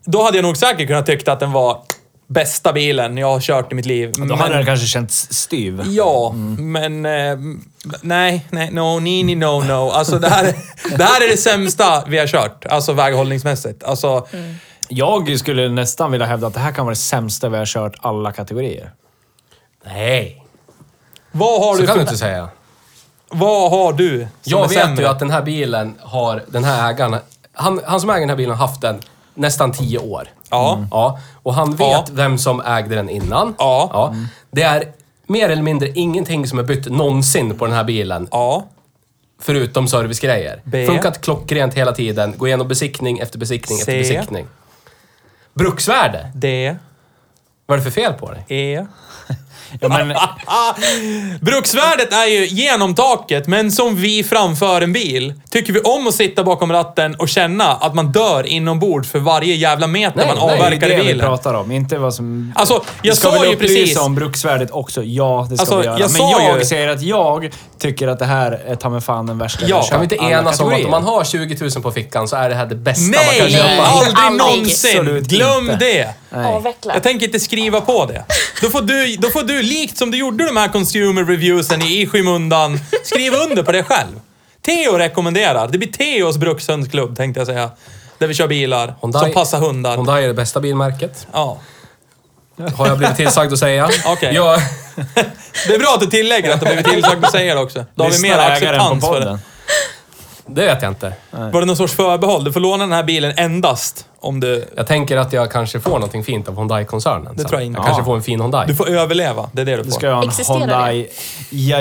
Speaker 2: Då hade jag nog säkert kunnat tycka att den var bästa bilen jag har kört i mitt liv.
Speaker 1: då
Speaker 2: Men-
Speaker 1: hade det kanske känts styv.
Speaker 2: Ja,
Speaker 3: Mm.
Speaker 2: men eh, nej, nej, no, nini, no, no. Alltså det här, det här är det sämsta vi har kört, alltså väghållningsmässigt. Alltså,
Speaker 1: Jag skulle nästan vilja hävda att det här kan vara det sämsta vi har kört alla kategorier.
Speaker 3: Nej.
Speaker 2: vad har
Speaker 3: Så
Speaker 2: du
Speaker 3: kan du
Speaker 2: för,
Speaker 3: inte säga.
Speaker 2: Vad har du som är
Speaker 3: Jag vet
Speaker 2: sämre?
Speaker 3: ju att den här bilen har, den här ägaren, han, han som äger den här bilen har haft den nästan tio år. Mm.
Speaker 2: Ja.
Speaker 3: ja. Och han vet
Speaker 2: Ja.
Speaker 3: vem som ägde den innan.
Speaker 2: Ja.
Speaker 3: Det är mer eller mindre ingenting som är bytt någonsin på den här bilen.
Speaker 2: Ja.
Speaker 3: Förutom servicegrejer.
Speaker 2: B.
Speaker 3: Funkat klockrent hela tiden. Gå igenom besiktning efter besiktning
Speaker 2: C.
Speaker 3: efter besiktning. Bruksvärde.
Speaker 2: D,
Speaker 3: Vad är det för fel på dig?
Speaker 2: E.
Speaker 1: Ja, men,
Speaker 2: Bruksvärdet är ju genom taket, men som vi framför en bil. Tycker vi om att sitta bakom ratten och känna att man dör inombords för varje jävla meter
Speaker 3: Nej,
Speaker 2: man
Speaker 1: det
Speaker 3: nej, det är
Speaker 1: är
Speaker 2: avverkar
Speaker 1: det
Speaker 2: i
Speaker 1: vi
Speaker 2: bilen?
Speaker 1: pratar om, inte vad som...
Speaker 2: Alltså, jag
Speaker 1: Vi ska
Speaker 2: sa
Speaker 1: väl
Speaker 2: ju precis...
Speaker 1: upplysa om bruksvärdet också. Ja, det ska
Speaker 2: Alltså,
Speaker 1: vi göra.
Speaker 2: jag
Speaker 1: men
Speaker 2: sa
Speaker 1: jag
Speaker 2: ju-
Speaker 1: säger att jag tycker att det här är ta mig fan den värsta vi
Speaker 2: Ja,
Speaker 1: har
Speaker 3: Kan vi
Speaker 1: kört
Speaker 3: inte
Speaker 1: alla
Speaker 3: enas om att
Speaker 1: kategorier.
Speaker 3: om man har 20 000 på fickan så är det här det bästa man kan
Speaker 2: Nej!
Speaker 3: köpa?
Speaker 2: Aldrig,
Speaker 4: Aldrig.
Speaker 2: någonsin!
Speaker 1: Absolut
Speaker 2: Glöm
Speaker 1: inte.
Speaker 2: det!
Speaker 1: Nej.
Speaker 4: Avveckla.
Speaker 2: Jag tänker inte skriva på det. Då får, du, då får du, likt som du gjorde de här consumer reviewsen i, i skymundan, skriva under på det själv. Theo rekommenderar. Det blir Theos brukshundsklubb, tänkte jag säga. Där vi kör bilar som passar hundar.
Speaker 3: Hyundai är det bästa bilmärket.
Speaker 2: Ja.
Speaker 3: Har jag blivit tillsagd att säga.
Speaker 2: Okej.
Speaker 3: Jag,
Speaker 2: Det är bra att du tillägger att det blivit tillsagt att säga det också. Då har vi mer
Speaker 1: Lyssnar ägaren på
Speaker 2: acceptans för det.
Speaker 1: podden?
Speaker 3: det vet jag inte.
Speaker 2: Var det någon sorts förbehåll? Du får låna den här bilen endast om du...
Speaker 3: Jag tänker att jag kanske får någonting fint av Hyundai-koncernen. sen.
Speaker 2: tror jag inte.
Speaker 3: Jag kanske
Speaker 2: Ja.
Speaker 3: får en fin Hyundai.
Speaker 2: Du får överleva. Det är det du
Speaker 1: Du
Speaker 2: får.
Speaker 1: ska ha en
Speaker 4: Existerar det?
Speaker 1: Hyundai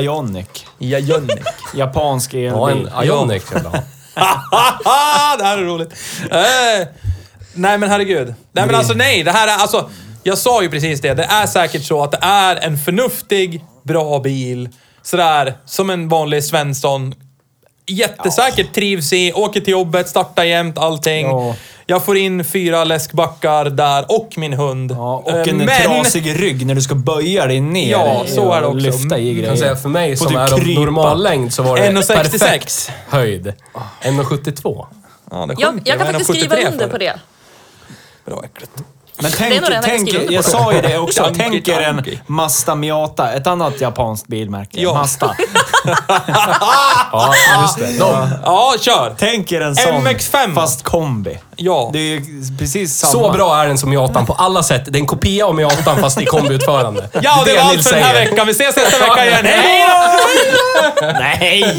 Speaker 1: Ioniq.
Speaker 2: Ja, Jönnik.
Speaker 1: Japansk elbil.
Speaker 3: Ja, en Ioniq vill jag ha.
Speaker 2: det här är roligt. Eh, nej men herregud. Nej men alltså nej, det här är alltså... Jag sa ju precis det, det är säkert så att det är en förnuftig, bra bil. Sådär, som en vanlig Svensson. Jättesäkert trivs i, åker till jobbet, startar jämt, allting.
Speaker 1: Ja.
Speaker 2: Jag får in fyra läskbackar där och min hund.
Speaker 1: Ja, och
Speaker 2: Eh,
Speaker 1: en trasig rygg när du ska böja dig ner.
Speaker 2: Ja, så är det
Speaker 1: och
Speaker 2: också.
Speaker 1: Lyfta i
Speaker 2: Mm.
Speaker 1: grejer.
Speaker 3: Jag kan säga Alltså, för mig
Speaker 1: Och
Speaker 3: som
Speaker 1: du
Speaker 3: är av
Speaker 1: krypa.
Speaker 3: normal längd så var det
Speaker 2: 1,66.
Speaker 3: perfekt höjd. 1,72.
Speaker 2: Ja, det sjönk
Speaker 4: Jag, jag
Speaker 2: Det
Speaker 4: kan
Speaker 2: var en av
Speaker 4: faktiskt skriva
Speaker 2: 73
Speaker 4: under
Speaker 2: förut.
Speaker 4: på det.
Speaker 2: Det var äckligt.
Speaker 1: Men
Speaker 4: Det är
Speaker 1: tänk,
Speaker 4: nog det enda jag
Speaker 1: tänk
Speaker 4: skriver
Speaker 1: jag,
Speaker 4: under på.
Speaker 1: sa ju det också.
Speaker 2: Tanki,
Speaker 1: tänk er en
Speaker 2: tanki.
Speaker 1: Mazda Miata, ett annat japanskt bilmärke.
Speaker 2: Ja.
Speaker 1: Mazda.
Speaker 3: Ja,
Speaker 2: Ah.
Speaker 3: just det. De,
Speaker 2: Ja, kör!
Speaker 1: Tänk er en sån,
Speaker 2: MX5.
Speaker 1: fast kombi.
Speaker 2: Ja.
Speaker 1: Det är ju precis samma.
Speaker 2: Ah.
Speaker 3: så bra är den som Miatan på alla sätt. Det är en kopia av Miatan fast i kombiutförande.
Speaker 2: Ja, och det, var allt
Speaker 3: Nils
Speaker 2: för den här
Speaker 3: säger.
Speaker 2: veckan. Vi ses nästa vecka igen. Hej då!
Speaker 1: Nej!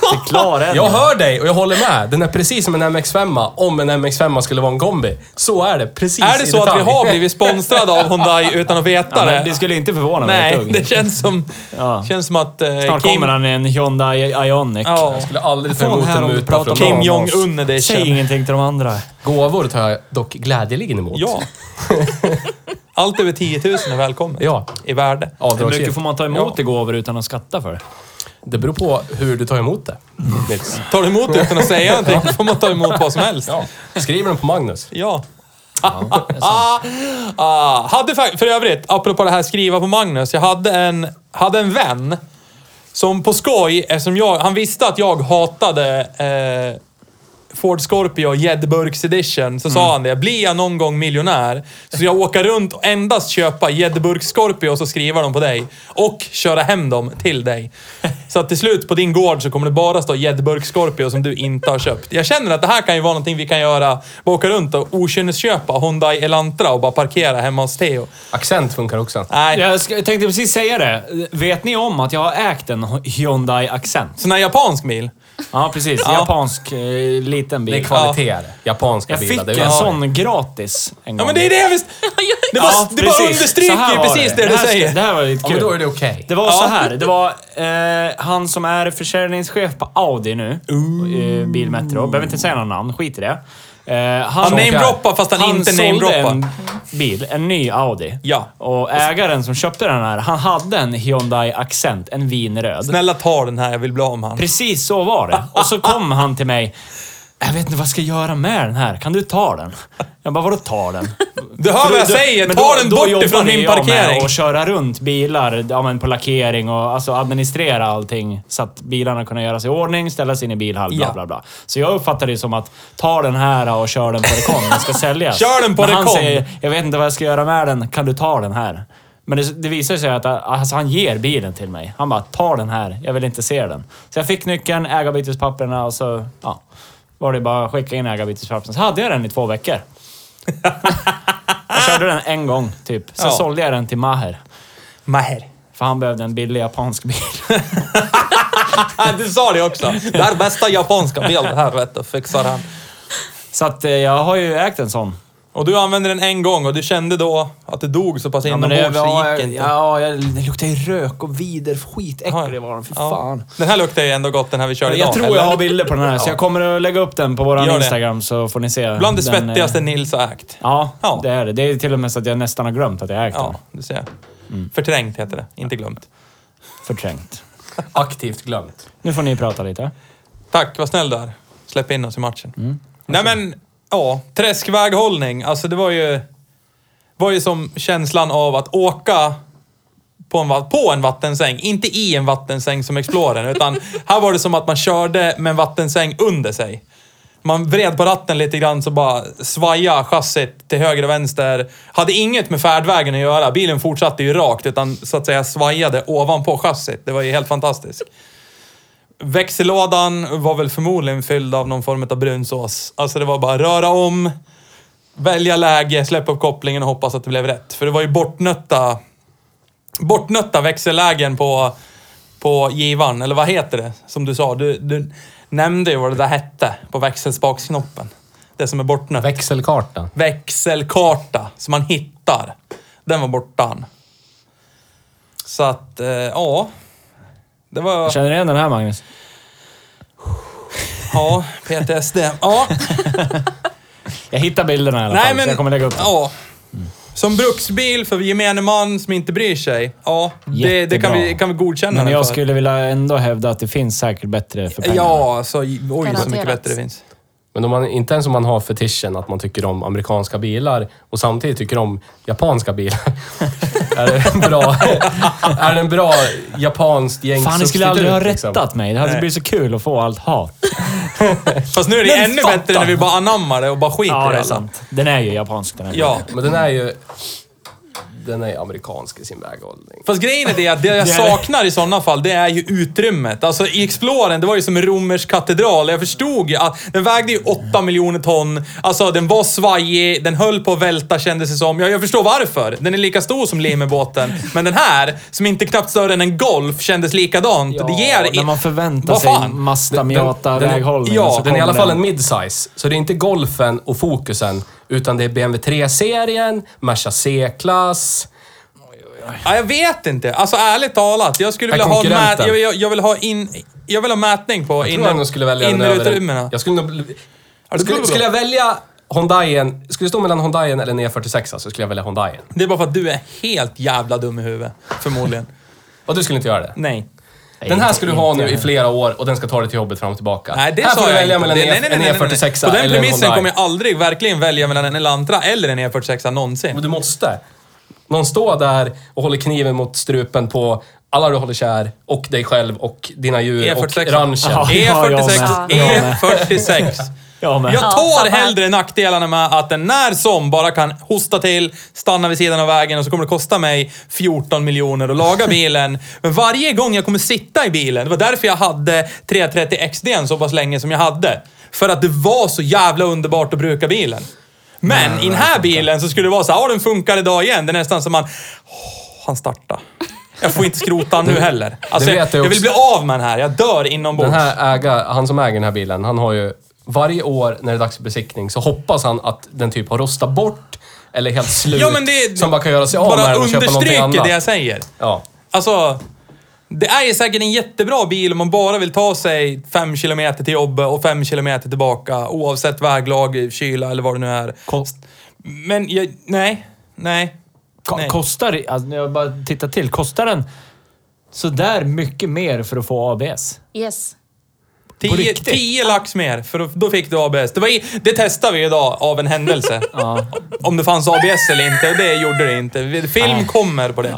Speaker 1: Det är klar än.
Speaker 3: Jag hör dig och jag håller med. Den är precis som en MX5 om en MX5 skulle vara en kombi. Så är det. Precis
Speaker 2: Är det
Speaker 3: i
Speaker 2: så att vi
Speaker 3: detalj.
Speaker 2: har blivit sponsrade av Hyundai utan att veta
Speaker 1: Men
Speaker 2: det?
Speaker 1: det skulle inte förvåna mig ett
Speaker 2: Nej,
Speaker 1: dugg.
Speaker 2: det känns som, känns som att eh,
Speaker 1: Snart
Speaker 2: Kim,
Speaker 1: kommer han i en Hyundai Ioniq.
Speaker 2: ja,
Speaker 3: Jag skulle aldrig ta
Speaker 1: Fan,
Speaker 3: emot
Speaker 1: här
Speaker 3: en
Speaker 1: har vi
Speaker 3: muta
Speaker 1: pratat
Speaker 3: från
Speaker 1: om
Speaker 2: Kim
Speaker 3: någon.
Speaker 1: Jong-
Speaker 2: Jong-Un
Speaker 1: Säg
Speaker 2: edition.
Speaker 1: ingenting till de andra.
Speaker 3: Gåvor tar jag dock glädjeligen emot.
Speaker 2: Ja. Allt över 10 000 är välkommen.
Speaker 3: Ja.
Speaker 2: I värde.
Speaker 1: Hur mycket
Speaker 3: Avdragsgillt.
Speaker 1: får man ta emot i gåvor utan att skatta för?
Speaker 3: Det beror på hur du tar emot det. Nils.
Speaker 2: Tar du emot utan att säga någonting då får man ta emot vad som helst.
Speaker 3: Ja. Skriver den på Magnus.
Speaker 2: Ja. ah, ah, hade fa- för övrigt, apropå det här skriva på Magnus, jag hade en, hade en vän som på skoj, eftersom jag, han visste att jag hatade eh, Ford Scorpio Jedburgs edition, så
Speaker 1: Mm.
Speaker 2: sa han det. Blir jag någon gång miljonär så ska jag åka runt och endast köpa Jedburgs Scorpio och så skriva dem på dig. Och köra hem dem till dig. Så att till slut på din gård så kommer det bara stå Jedburgs Scorpio som du inte har köpt. Jag känner att det här kan ju vara någonting vi kan göra. Bara åka runt och okynnesköpa Hyundai Elantra och bara parkera hemma hos Theo.
Speaker 3: Accent funkar också.
Speaker 2: Nej.
Speaker 1: Jag ska- jag tänkte precis säga det. Vet ni om att jag har ägt en Hyundai Accent?
Speaker 2: Sån här japansk bil.
Speaker 1: Ja, precis. Japansk eh, liten bil.
Speaker 3: Det är kvalitet är det. Japanska
Speaker 1: Jag
Speaker 3: bilar.
Speaker 1: fick
Speaker 3: det är
Speaker 1: en
Speaker 3: ju-
Speaker 1: sån gratis en
Speaker 2: Ja
Speaker 1: gång.
Speaker 2: men det är det vi... Det bara,
Speaker 1: Ja,
Speaker 2: det bara
Speaker 1: precis. Så
Speaker 2: understryker
Speaker 1: här
Speaker 2: ju
Speaker 1: var
Speaker 2: precis det,
Speaker 1: här
Speaker 2: du
Speaker 1: ska-
Speaker 2: säger.
Speaker 1: Det här var lite
Speaker 3: Ja,
Speaker 1: kul.
Speaker 3: men då är det okej.
Speaker 1: Det var så här. Det var eh, han som är försäljningschef på Audi nu. Eh, Bilmetro. Behöver inte säga någon namn. Skit i det. Eh,
Speaker 2: Han
Speaker 1: sålde-
Speaker 2: namedroppar fast han inte
Speaker 1: sålde
Speaker 2: namedroppar.
Speaker 1: en bil. En ny Audi.
Speaker 2: Ja.
Speaker 1: Och ägaren som köpte den här, han hade en Hyundai Accent. En vinröd.
Speaker 2: Snälla ta den här, jag vill bli av med han.
Speaker 1: Precis så var det. Och så kom han till mig. Jag vet inte vad jag ska göra med den här. Kan du ta den? Jag bara, vadå ta den?
Speaker 2: Du hör vad jag säger,
Speaker 1: Men
Speaker 2: ta
Speaker 1: då-
Speaker 2: den
Speaker 1: då
Speaker 2: bort
Speaker 1: jobbade
Speaker 2: ifrån min
Speaker 1: jag med
Speaker 2: parkering.
Speaker 1: Och köra runt bilar ja, men på lackering och alltså administrera allting så att bilarna kunde göras i ordning, ställas in i bilhall, bla
Speaker 2: Ja.
Speaker 1: bla bla. Så jag uppfattade det som att ta den här och kör den på rekon, den ska säljas.
Speaker 2: Kör den på
Speaker 1: Men Alltså, han
Speaker 2: rekon.
Speaker 1: säger, jag vet inte vad jag ska göra med den, kan du ta den här? Men det, det visar sig att alltså, han ger bilen till mig. Han bara, ta den här, jag vill inte se den. Så jag fick nyckeln, ägarbytespapperna och så ja, var det bara att skicka in ägarbytespapperna. Så hade jag den i två veckor. Jag körde den en gång, typ. Sen
Speaker 2: Ja.
Speaker 1: sålde jag den till Maher.
Speaker 2: Maher.
Speaker 1: För han behövde en billig japansk bil.
Speaker 2: Ah, Du sa det också. Det här är bästa japanska bil det här vet du, fixar han.
Speaker 1: Så att eh, jag har ju ägt en sån.
Speaker 2: Och du använde den en gång och du kände då att det dog så pass inombords
Speaker 1: det,
Speaker 2: så
Speaker 1: ja,
Speaker 2: det gick inte.
Speaker 1: ja, jag- det luktar ju rök och vider.
Speaker 2: Ja.
Speaker 1: Skitäcklig var den, för
Speaker 2: Ja.
Speaker 1: fan.
Speaker 2: Den här luktar ju ändå gott den här vi körde
Speaker 1: Jag
Speaker 2: idag.
Speaker 1: tror
Speaker 2: eller?
Speaker 1: jag har bilder på den här, så jag kommer att lägga upp den på våran
Speaker 2: Gör det.
Speaker 1: Instagram så får ni se.
Speaker 2: Bland det
Speaker 1: den, eh,
Speaker 2: svettigaste Nils har ägt.
Speaker 1: Ja,
Speaker 2: Ja.
Speaker 1: det är det. Det är till och med så att jag nästan har glömt att jag ägt den.
Speaker 2: Ja, du ser.
Speaker 1: Mm.
Speaker 2: Förträngt heter det, inte glömt.
Speaker 1: Förträngt.
Speaker 3: Aktivt glömt.
Speaker 1: Nu får ni prata lite.
Speaker 2: Tack, vad snäll du är. Släpp in oss i matchen. Nej men, ja. Träskväghållning. Alltså det var ju... var ju som känslan av att åka på en, va- på en vattensäng. Inte i en vattensäng som Explorern, utan här var det som att man körde med en vattensäng under sig. Man vred på ratten lite grann så bara svaja chassit till höger och vänster. Hade inget med färdvägen att göra. Bilen fortsatte ju rakt, utan så att säga svajade ovanpå chassit. Det var ju helt fantastiskt. Växellådan var väl förmodligen fylld av någon form av brunsås. Alltså det var bara röra om, välja läge, släppa upp kopplingen och hoppas att det blev rätt. För det var ju bortnötta, bortnötta växellägen på, på givan, eller vad heter det? Som du sa, du, du nämnde ju vad det där hette på växelspaksknoppen. Det som är bortnött.
Speaker 3: Växelkarta.
Speaker 2: Växelkarta som man hittar. Den var bortan. Så att, eh, ja. Det var...
Speaker 1: Känner du igen den här Magnus?
Speaker 2: Ja, PTSD. Ja.
Speaker 1: Jag hittar bilderna i alla
Speaker 2: Nej,
Speaker 1: fall,
Speaker 2: men,
Speaker 1: så jag kommer lägga upp dem.
Speaker 2: ja. Som bruksbil för gemene man som inte bryr sig. Ja, det, det kan,
Speaker 1: Jättebra.
Speaker 2: vi, kan vi godkänna
Speaker 1: Men
Speaker 2: den
Speaker 1: jag
Speaker 2: för.
Speaker 1: skulle vilja ändå hävda att det finns säkert bättre för pengarna.
Speaker 2: Ja, alltså, oj så mycket
Speaker 4: Garanterat.
Speaker 2: bättre det finns.
Speaker 3: Men om man, inte ens om man har fetischen att man tycker om amerikanska bilar och samtidigt tycker om japanska bilar. Är det en bra, är det en bra japanskt gäng
Speaker 1: Fan, ni skulle aldrig ha rättat
Speaker 3: liksom?
Speaker 1: mig. Det hade
Speaker 2: Nej.
Speaker 1: blivit så kul att få allt hat.
Speaker 2: Fast nu är det
Speaker 1: Men
Speaker 2: ännu
Speaker 1: fatta.
Speaker 2: bättre när vi bara anammar det och bara skiter
Speaker 1: Ja,
Speaker 2: i
Speaker 1: det är
Speaker 2: alla.
Speaker 1: sant. Den är ju japansk den här.
Speaker 2: Ja.
Speaker 3: Men den är ju... Den är ju amerikansk i sin väghållning.
Speaker 2: Fast grejen är det att det jag
Speaker 1: är-
Speaker 2: saknar i sådana fall, det är ju utrymmet. Alltså i Exploren, det var ju som en romersk katedral. Jag förstod ju att den vägde ju 8 miljoner ton. Alltså den var svajig, den höll på att välta kändes det som. Jag, jag förstår varför. Den är lika stor som Limebåten. Men den här, som inte är knappt större än en Golf, kändes likadant. det ger...
Speaker 1: När man förväntar
Speaker 2: Vad
Speaker 1: sig
Speaker 2: fan?
Speaker 1: Masta
Speaker 3: Den-
Speaker 1: Miata
Speaker 3: den- den-
Speaker 1: väghållning.
Speaker 2: ja,
Speaker 1: och så
Speaker 3: Den är i
Speaker 1: kommer
Speaker 3: alla fall en midsize. Så det är inte golfen och fokusen, utan det är BMW 3-serien, Merca C-klass.
Speaker 2: Ja, jag vet inte. Alltså ärligt talat, jag skulle
Speaker 3: Här
Speaker 2: vilja ha, mät,
Speaker 3: konkurrenten.
Speaker 2: jag, jag, jag vill ha in... Jag vill ha mätning på
Speaker 3: Jag tror jag nog skulle välja den
Speaker 2: innerutrymmena.
Speaker 3: Jag skulle nog...
Speaker 2: det skulle
Speaker 3: Skulle,
Speaker 2: vara
Speaker 3: skulle
Speaker 2: bra.
Speaker 3: jag välja Hyundaien, skulle det stå mellan Hyundaien eller en E46 så skulle jag välja Hyundaien.
Speaker 2: Det är bara för att du är helt jävla dum i huvudet. Förmodligen.
Speaker 3: Och du skulle inte göra det?
Speaker 2: Nej.
Speaker 3: Den här ska du ha nu i flera år och den ska ta dig till jobbet fram och tillbaka.
Speaker 2: Nej, det
Speaker 3: här
Speaker 2: sa
Speaker 3: får du
Speaker 2: jag
Speaker 3: välja
Speaker 2: inte.
Speaker 3: mellan
Speaker 2: Det-
Speaker 3: en
Speaker 2: nej, nej, nej,
Speaker 3: E-
Speaker 2: nej,
Speaker 3: en
Speaker 2: nej.
Speaker 3: E46
Speaker 2: På den
Speaker 3: eller en
Speaker 2: premissen kommer
Speaker 3: Hyundai.
Speaker 2: jag aldrig verkligen välja mellan en Elantra eller en E46
Speaker 3: Men
Speaker 2: någonsin.
Speaker 3: du måste. Någon står där och håller kniven mot strupen på alla du håller kär och dig själv och dina djur
Speaker 2: E46.
Speaker 3: och ranchen.
Speaker 1: Ja.
Speaker 2: E46.
Speaker 4: jag
Speaker 1: med. Ja.
Speaker 2: E46.
Speaker 1: Ja, men.
Speaker 2: E Jag
Speaker 4: Ja,
Speaker 2: tar
Speaker 4: samma här.
Speaker 2: hellre nackdelarna med att den när som bara kan hosta till, stanna vid sidan av vägen och så kommer det kosta mig 14 miljoner att laga bilen. Men varje gång jag kommer sitta i bilen, det var därför jag hade 330 XD n så pass länge som jag hade. För att det var så jävla underbart att bruka bilen. Men i den här bilen så skulle det vara så här, ja den funkar idag igen. Det är nästan som man, åh, han starta. Jag får inte skrota nu heller. Alltså,
Speaker 3: vet
Speaker 2: jag,
Speaker 3: jag
Speaker 2: jag vill
Speaker 3: också.
Speaker 2: bli av med den här, jag dör inombords.
Speaker 3: Den här äga, han som äger den här bilen, han har ju varje år när det är dags för besiktning så hoppas han att den typ har rostat bort eller är helt slut.
Speaker 2: Ja, men det,
Speaker 3: som bara kan göra sig av
Speaker 2: bara
Speaker 3: med den och köpa någonting
Speaker 2: understryker
Speaker 3: annat.
Speaker 2: det jag säger.
Speaker 3: Ja.
Speaker 2: Alltså, det är ju säkert en jättebra bil om man bara vill ta sig fem kilometer till jobbet och fem kilometer tillbaka oavsett väglag, kyla eller vad det nu är.
Speaker 1: Kost-
Speaker 2: Men jag, nej, nej.
Speaker 1: Ko-
Speaker 2: nej.
Speaker 1: Kostar, alltså, när jag bara tittar till, kostar den sådär mycket mer för att få ABS?
Speaker 4: Yes.
Speaker 2: Tio,
Speaker 1: riktigt?
Speaker 2: tio lax mer, för då, då fick du ABS. Det, var i, det testade vi idag av en händelse. Om det fanns ABS eller inte, och det gjorde det inte. Vi- Film kommer på det.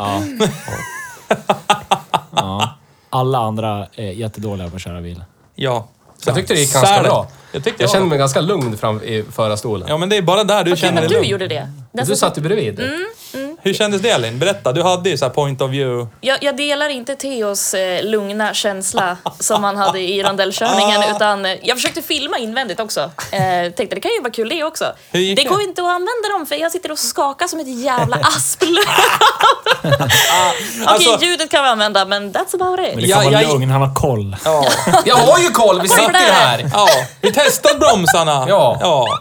Speaker 1: Alla andra är jättedåliga på att köra bil.
Speaker 2: Ja.
Speaker 3: Jag tyckte det gick
Speaker 2: Så
Speaker 3: ganska
Speaker 2: är det.
Speaker 3: bra.
Speaker 2: Jag, tyckte
Speaker 3: Jag
Speaker 2: kände
Speaker 3: kände mig ganska lugn fram i förarstolen.
Speaker 2: Ja, men det är bara där du
Speaker 4: Vad kul
Speaker 2: känner dig
Speaker 4: att du
Speaker 2: lugn.
Speaker 4: gjorde det.
Speaker 3: Du
Speaker 4: Den som
Speaker 3: satt ju bredvid.
Speaker 2: Hur kändes det Elin? Berätta, du hade ju så här point of view.
Speaker 4: Jag, jag delar inte Theos eh, lugna känsla som han hade i
Speaker 2: Ah.
Speaker 4: rondellkörningen utan eh, jag försökte filma invändigt också. Eh, tänkte det kan ju vara kul det också.
Speaker 2: Hur gick
Speaker 4: det
Speaker 2: det?
Speaker 4: går inte att använda dem för jag sitter och skakar som ett jävla asplöv. Okej,
Speaker 2: Alltså-
Speaker 4: ljudet kan vi använda men that's about
Speaker 1: Men det
Speaker 4: it.
Speaker 1: kan
Speaker 2: Ja,
Speaker 1: vara
Speaker 2: jag-
Speaker 1: lugn, han har koll.
Speaker 2: Ja.
Speaker 3: Jag har ju koll! Vi
Speaker 4: Kolla
Speaker 3: sitter
Speaker 4: på det här.
Speaker 3: här!
Speaker 2: ja. Vi testade bromsarna.
Speaker 3: Ja.
Speaker 2: ja.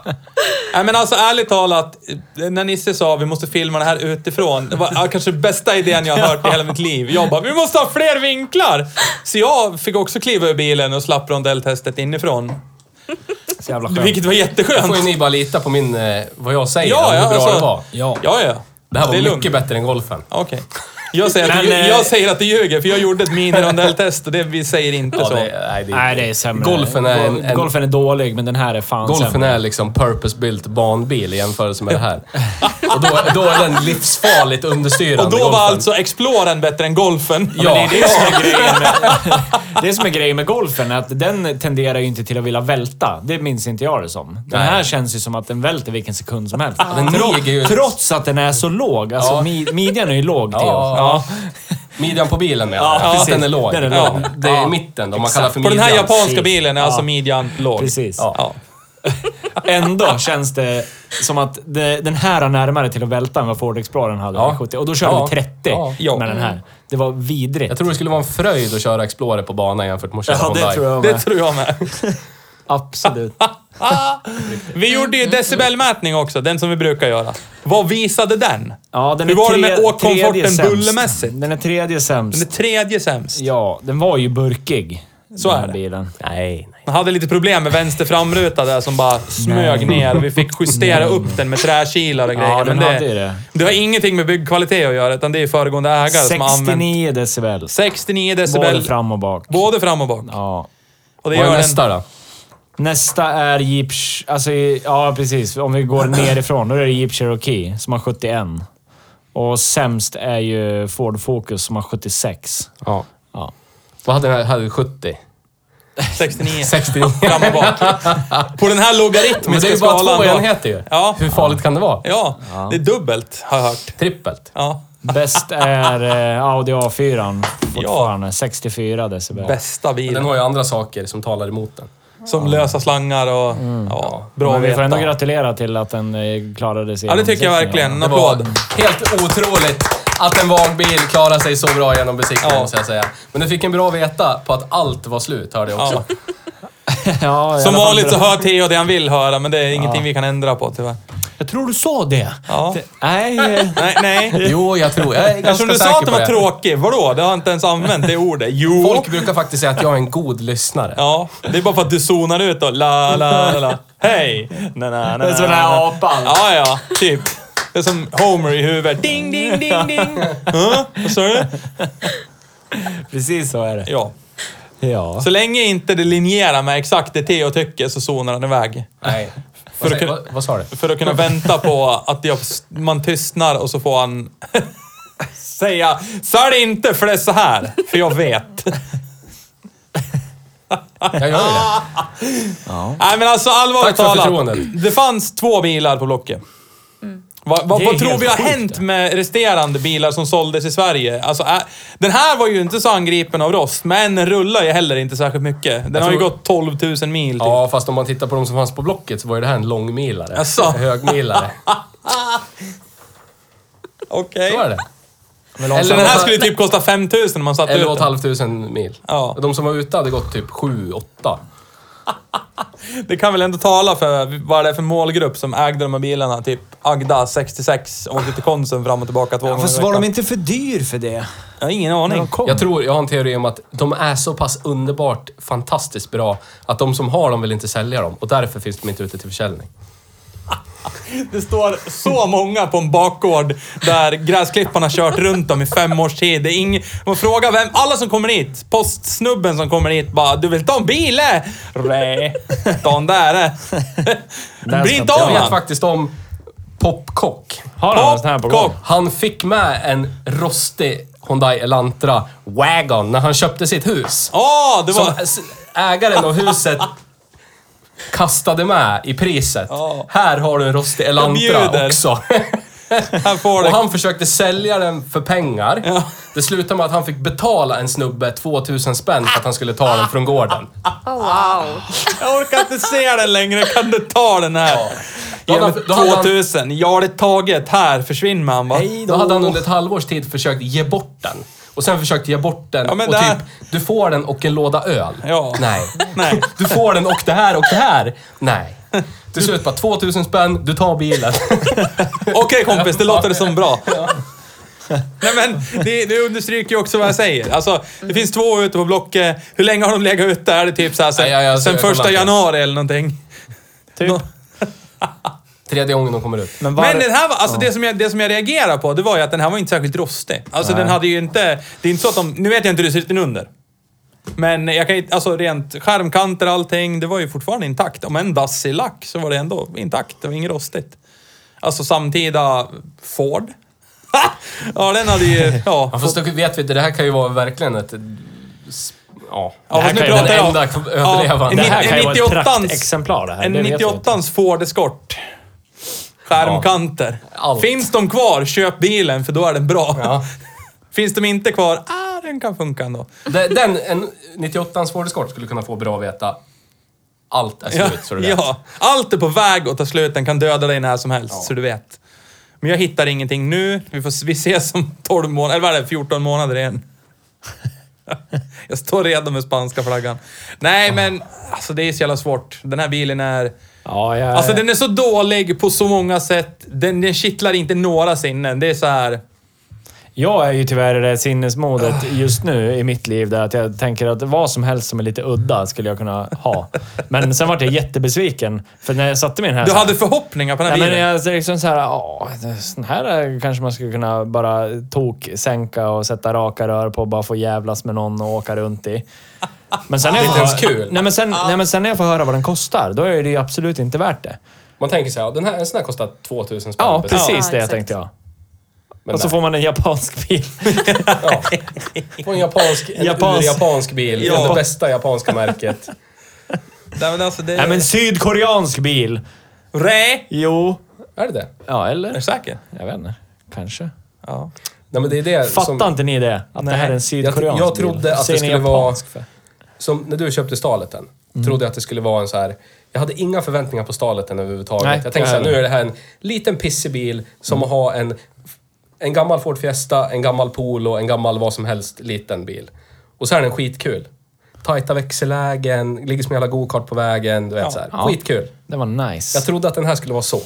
Speaker 2: Nej, men alltså ärligt talat, när Nisse sa vi måste filma det här utifrån. Det var ja, kanske den bästa idén jag har hört i hela mitt liv. Jag bara, vi måste ha fler vinklar! Så jag fick också kliva ur bilen och slapp rondelltestet inifrån.
Speaker 1: Så jävla skönt.
Speaker 2: Vilket var
Speaker 3: Då får ju
Speaker 2: jätteskönt.
Speaker 3: ni bara lita på min, eh, vad jag säger
Speaker 2: Ja,
Speaker 3: om hur
Speaker 2: ja,
Speaker 3: bra
Speaker 2: alltså.
Speaker 3: det var.
Speaker 2: Ja, ja.
Speaker 3: Det här var
Speaker 2: är
Speaker 3: mycket
Speaker 2: lugnt.
Speaker 3: bättre än golfen.
Speaker 2: Okej. Jag, säger att
Speaker 1: Men,
Speaker 2: du-
Speaker 1: eh,
Speaker 2: jag säger att du ljuger, för jag gjorde ett minirondelltest och det, vi säger inte
Speaker 3: Ja,
Speaker 2: så.
Speaker 3: det, Alltså, nej, det,
Speaker 1: Nej, det är sämre.
Speaker 3: Golfen är en-
Speaker 1: Gol-
Speaker 3: en-
Speaker 1: Golfen är dålig, men den här är fan
Speaker 3: Golfen
Speaker 1: sämre.
Speaker 3: är liksom purpose-built barnbil i jämförelse med det här. Och då, då är den livsfarligt understyrande.
Speaker 2: Och då
Speaker 3: golfen.
Speaker 2: var alltså Exploren bättre än golfen.
Speaker 3: Ja.
Speaker 1: Det är det som är grejen med, det som är grejen med golfen, är att den tenderar ju inte till att vilja välta. Det minns inte jag det som. Den
Speaker 3: Nej.
Speaker 1: här känns ju som att den välter vilken sekund som helst.
Speaker 3: den
Speaker 1: Tro-
Speaker 3: ligger ju-
Speaker 1: Trots att den är så låg. Alltså,
Speaker 3: Ja.
Speaker 1: mi, midjan är ju låg, Theo.
Speaker 3: ja. Midjan på bilen menar
Speaker 1: Ja,
Speaker 3: jag. Att
Speaker 1: precis.
Speaker 3: Den är låg.
Speaker 1: Den är
Speaker 3: Ja,
Speaker 1: låg.
Speaker 3: Det är
Speaker 1: Ja.
Speaker 3: i mitten, de man
Speaker 1: Exakt.
Speaker 3: kallar för
Speaker 2: På
Speaker 3: midjan.
Speaker 2: den här japanska
Speaker 1: precis.
Speaker 2: bilen är alltså
Speaker 1: Ja.
Speaker 2: midjan låg.
Speaker 1: Precis.
Speaker 2: Ja.
Speaker 1: Ändå känns det som att det, den här har närmare till att välta än vad Ford Explorern hade.
Speaker 3: Ja.
Speaker 1: 70. Och då körde
Speaker 3: Ja.
Speaker 1: vi 30
Speaker 2: Ja.
Speaker 1: med den här. Det var vidrigt.
Speaker 3: Jag tror det skulle vara en fröjd att köra Explorer på banan jämfört med att köra
Speaker 1: ja, det
Speaker 3: Hyundai.
Speaker 1: tror jag
Speaker 2: Det
Speaker 1: med.
Speaker 2: tror jag med. Ah!
Speaker 1: Absolut.
Speaker 2: Vi gjorde ju decibelmätning också, den som vi brukar göra. Vad visade den?
Speaker 1: Ja, den
Speaker 2: Hur
Speaker 1: är
Speaker 2: var det
Speaker 1: tre-
Speaker 2: med
Speaker 1: tredje
Speaker 2: åkkomforten
Speaker 1: sämst.
Speaker 2: bullermässigt?
Speaker 1: Den är tredje sämst.
Speaker 2: Den är tredje sämst.
Speaker 1: Ja, den var ju burkig.
Speaker 2: Så
Speaker 1: den
Speaker 2: är
Speaker 1: här
Speaker 2: det.
Speaker 1: bilen.
Speaker 3: Nej, nej.
Speaker 2: Man hade lite problem med vänster framruta där som bara smög ner och vi fick justera upp den med träkilar och grejer.
Speaker 1: Ja, den
Speaker 2: Men
Speaker 1: hade ju det.
Speaker 2: Det har ingenting med byggkvalitet att göra, utan det är föregående ägare som har använt
Speaker 1: 69 decibel.
Speaker 2: 69 decibel.
Speaker 1: Både fram och bak.
Speaker 2: både fram och bak.
Speaker 1: Ja.
Speaker 2: Och det
Speaker 3: Vad
Speaker 2: gör
Speaker 3: är
Speaker 2: den
Speaker 3: nästa då?
Speaker 1: Nästa är Jeep... Alltså, ja precis. Om vi går nerifrån, då är det Jeep Cherokee som har 71.
Speaker 5: Och sämst är ju Ford Focus som har 76.
Speaker 3: Ja.
Speaker 5: Ja.
Speaker 3: Vad hade den här? Hade 70?
Speaker 2: 69.
Speaker 3: 69?
Speaker 2: Fram och bak. På den här
Speaker 3: Men det är
Speaker 2: logaritmiska
Speaker 3: ju bara
Speaker 2: skalan.
Speaker 3: två
Speaker 2: då-
Speaker 3: enheter ju.
Speaker 2: Ja.
Speaker 3: Hur farligt kan det vara?
Speaker 2: Ja, det är dubbelt har jag hört.
Speaker 3: Trippelt.
Speaker 2: Ja.
Speaker 5: Bäst är eh, Audi A4 fortfarande. 64 decibel.
Speaker 2: Bästa
Speaker 3: Den
Speaker 2: bilen.
Speaker 3: har ju andra saker som talar emot den.
Speaker 2: Som lösa slangar och... Ja, bra
Speaker 5: Mm.
Speaker 2: att
Speaker 5: Men vi får ändå
Speaker 2: veta.
Speaker 5: gratulera till att den eh, klarade sig.
Speaker 2: Ja, det tycker jag verkligen. En
Speaker 3: Det var
Speaker 2: applåd.
Speaker 3: helt otroligt att en vag bil klarar sig så bra genom besiktningen,
Speaker 2: Ja.
Speaker 3: måste jag säga. Men du fick en bra veta på att allt var slut, hörde jag också.
Speaker 2: Ja.
Speaker 5: Ja, i
Speaker 2: Som
Speaker 5: alla fall
Speaker 2: vanligt så
Speaker 5: bra.
Speaker 2: hör Theo det han vill höra, men det är ingenting vi kan ändra på tyvärr.
Speaker 5: Jag tror du sa det.
Speaker 2: Ja.
Speaker 5: Det- Nej. eh,
Speaker 2: Nej, nej.
Speaker 3: Jo, jag tror... Jag är ganska
Speaker 2: Eftersom du
Speaker 3: säker
Speaker 2: sa att den
Speaker 3: på
Speaker 2: var tråkig, vadå? Det har jag inte ens använt det ordet. Jo!
Speaker 3: Folk brukar faktiskt säga att jag är en god lyssnare.
Speaker 2: Ja, det är bara för att du zonar ut då. La, la, la, la. Hej! Na, na, na,
Speaker 5: Det är som den
Speaker 2: na,
Speaker 5: här
Speaker 2: na.
Speaker 5: apan.
Speaker 2: Ja, ja, typ. Det är som Homer i huvudet. Ding, ding, ding, ding. Huh? Vad sa du?
Speaker 5: Precis så är det.
Speaker 2: Ja.
Speaker 5: Ja.
Speaker 2: Så länge inte det linjerar med exakt det Theo tycker så zonar han iväg.
Speaker 3: Nej.
Speaker 2: För
Speaker 3: Vad,
Speaker 2: att
Speaker 3: säger-
Speaker 2: kunna-
Speaker 3: vad, vad sa du?
Speaker 2: För att kunna vänta på att jag, man tystnar och så får han säga Sälj inte för det är så här, för jag vet.
Speaker 3: Jag gör ju
Speaker 2: Ah.
Speaker 3: det.
Speaker 2: Nej men alltså allvarligt
Speaker 3: Tack för
Speaker 2: talat.
Speaker 3: förtroendet.
Speaker 2: Det fanns två bilar på Blocket. Vad, vad,
Speaker 5: Det är
Speaker 2: vad tror
Speaker 5: helt
Speaker 2: vi har
Speaker 5: sjukt,
Speaker 2: hänt
Speaker 5: det.
Speaker 2: med resterande bilar som såldes i Sverige? Alltså, ä, den här var ju inte så angripen av rost, men den rullar ju heller inte särskilt mycket. Den har ju
Speaker 3: tror-
Speaker 2: gått 12 000 mil typ.
Speaker 3: Ja, fast om man tittar på de som fanns på Blocket så var ju det här en långmilare.
Speaker 2: Jaså?
Speaker 3: En högmilare.
Speaker 2: Okej.
Speaker 3: Så är det.
Speaker 2: Så den här skulle ju typ kosta 5 000 om man satte ut
Speaker 3: 11
Speaker 2: den.
Speaker 3: 500 mil.
Speaker 2: Ja.
Speaker 3: De som var ute hade gått typ 7-8.
Speaker 2: Det kan väl ändå tala för vad det är för målgrupp som ägde de här bilarna. Typ Agda 66 åkte till Konsum fram och tillbaka två gånger i
Speaker 5: Fast var
Speaker 2: veckan.
Speaker 5: de inte för dyr för det?
Speaker 2: Jag har ingen
Speaker 5: När
Speaker 2: aning.
Speaker 5: de kom?
Speaker 3: Jag tror, jag har en teori om att de är så pass underbart fantastiskt bra att de som har dem vill inte sälja dem och därför finns de inte ute till försäljning.
Speaker 2: Det står så många på en bakgård där gräsklipparna kört runt dem i fem års tid. Det är ing... Man frågar vem... Alla som kommer hit, postsnubben som kommer hit bara “Du vill ta en bil eh?" Nej, ta en där eh." Bry inte
Speaker 5: ska-
Speaker 2: om
Speaker 3: Jag vet
Speaker 2: han.
Speaker 3: faktiskt om Popcock.
Speaker 5: Har han en sån här på gång?
Speaker 2: Popcorn.
Speaker 3: Han fick med en rostig Hyundai Elantra Wagon när han köpte sitt hus.
Speaker 2: Ja, det
Speaker 3: Som
Speaker 2: var...
Speaker 3: s- ägaren av huset kastade med i priset.
Speaker 2: Ja.
Speaker 3: Här har du en rostig
Speaker 2: Jag bjuder.
Speaker 3: Elantra också.
Speaker 2: Här får
Speaker 3: Och
Speaker 2: du...
Speaker 3: han försökte sälja den för pengar.
Speaker 2: Ja.
Speaker 3: Det slutade med att han fick betala en snubbe 2000 spänn för att han skulle ta den från gården.
Speaker 4: Oh, wow.
Speaker 2: Jag orkar inte se den längre. Kan du ta den här?
Speaker 3: Då
Speaker 2: Ge
Speaker 3: hade
Speaker 2: mig
Speaker 3: han- då hade han-
Speaker 2: 2000. Ja, det är taget. Här, försvinn med han bara.
Speaker 3: Då hade han under ett halvårs tid försökt ge bort den. Och sen försökt ge bort den
Speaker 2: Ja, men
Speaker 3: och
Speaker 2: det här-
Speaker 3: typ, du får den och en låda öl.
Speaker 2: Ja.
Speaker 3: Nej.
Speaker 2: Nej.
Speaker 3: Du får den och det här och det här. Nej. Till slut bara 2000 spänn, du tar bilen.
Speaker 2: Okej kompis, det låter det som bra. Nej men det, det understryker ju också vad jag säger. Alltså, det finns två ute på Blocket. Hur länge har de legat ute? Är det typ så här, sen,
Speaker 3: Nej, jag- jag- jag
Speaker 2: sen
Speaker 3: kollar
Speaker 2: första
Speaker 3: inte.
Speaker 2: januari eller någonting?
Speaker 5: Typ.
Speaker 3: Tredje gången de kommer ut.
Speaker 5: Men, var...
Speaker 2: Men den här var, alltså det, som jag, det som jag reagerade på, det var ju att den här var inte särskilt rostig. Alltså den hade ju inte... Det är inte så att de... Nu vet jag inte hur det ser ut inunder. Men jag kan ju- alltså rent skärmkanter och allting, det var ju fortfarande intakt. Om en dass i lack så var det ändå intakt. Det var inget rostigt. Alltså samtida Ford. ja, den hade ju... Ja,
Speaker 3: Ja, fast då vet vi inte, det här kan ju vara verkligen ett... s- Ja.
Speaker 2: Ja,
Speaker 5: här
Speaker 2: fast nu
Speaker 5: kan ju
Speaker 2: pratar
Speaker 3: den
Speaker 2: jag-
Speaker 3: enda kv- överlevande.
Speaker 2: Ja,
Speaker 5: Det här
Speaker 2: en
Speaker 5: kan ju vara ett
Speaker 2: 98ans
Speaker 5: praktexemplar det här.
Speaker 2: En
Speaker 5: det vet vi inte.
Speaker 2: 98ans Ford Escort. Skärmkanter.
Speaker 3: Allt.
Speaker 2: Finns de kvar, köp bilen för då är den bra.
Speaker 3: Ja.
Speaker 2: Finns de inte kvar, ah, den kan funka ändå.
Speaker 3: Den, den en 98ans Ford Escort skulle kunna få bra att veta. Allt är slut,
Speaker 2: Ja,
Speaker 3: så du vet.
Speaker 2: ja. Allt är på väg att ta slut, den kan döda dig när som helst, så du vet. Men jag hittar ingenting nu. Vi, får, vi ses om 12 månader, eller vad är det, 14 månader igen. jag står redo med spanska flaggan. Nej, men alltså det är så jävla svårt. Den här bilen är...
Speaker 5: Ja, jag...
Speaker 2: Alltså den är så dålig på så många sätt. Den, den kittlar inte några sinnen. Det är så här...
Speaker 5: Jag är ju tyvärr i det
Speaker 2: Ah.
Speaker 5: sinnesmodet just nu i mitt liv där att jag tänker att vad som helst som är lite udda skulle jag kunna ha. Men sen vart jag jättebesviken. För när jag satte mig i den här...
Speaker 2: Du hade förhoppningar på den här
Speaker 5: Nej, men
Speaker 2: bilen.
Speaker 5: jag är liksom så här, åh, sån här kanske man skulle kunna bara tok sänka och sätta raka rör på och bara få jävlas med någon och åka runt i. Men sen när jag
Speaker 3: Det är
Speaker 5: får
Speaker 3: inte ens
Speaker 5: höra-
Speaker 3: kul.
Speaker 5: Nej men, sen, nej, men sen när jag får höra vad den kostar, då är det ju absolut inte värt det.
Speaker 3: Man tänker så här, ja, den här, en sån här kostar 2000 spänn.
Speaker 5: Ja,
Speaker 3: Precis.
Speaker 5: precis
Speaker 4: Ja,
Speaker 5: det jag
Speaker 4: exakt.
Speaker 5: tänkte jag.
Speaker 3: Men
Speaker 1: Och så
Speaker 3: nej.
Speaker 1: får man en japansk bil.
Speaker 3: På en japansk, en
Speaker 1: Japans-
Speaker 3: japansk bil.
Speaker 2: Ja.
Speaker 3: Ja. Det bästa japanska märket.
Speaker 2: Nej men alltså det...
Speaker 1: Nej men sydkoreansk bil!
Speaker 2: Rä!
Speaker 1: Jo.
Speaker 3: Är det det?
Speaker 1: Ja,
Speaker 2: Är du
Speaker 1: eller?
Speaker 2: säker?
Speaker 1: Jag vet inte. Kanske.
Speaker 2: Ja.
Speaker 3: Nej, men det är det
Speaker 1: Fattar
Speaker 3: som,
Speaker 1: inte ni det? Att det här är en sydkoreansk
Speaker 3: jag
Speaker 1: bil?
Speaker 3: trodde att
Speaker 1: Säger
Speaker 3: det
Speaker 1: ni
Speaker 3: skulle vara-
Speaker 1: japansk för?
Speaker 3: som när du köpte staleten.
Speaker 1: Mm.
Speaker 3: Trodde jag att det skulle vara en så här... Jag hade inga förväntningar på staleten överhuvudtaget.
Speaker 1: Nej,
Speaker 3: jag tänkte så här,
Speaker 1: jag Mm.
Speaker 3: nu är det här en liten pissig bil som har en, en gammal Ford Fiesta, en gammal Polo, en gammal vad som helst liten bil. Och så är den skitkul. Tajta växellägen, ligger som en jävla gokart på vägen. Du vet så här.
Speaker 1: Ja.
Speaker 3: Skitkul.
Speaker 1: Det var nice.
Speaker 3: Jag trodde att den här skulle vara så.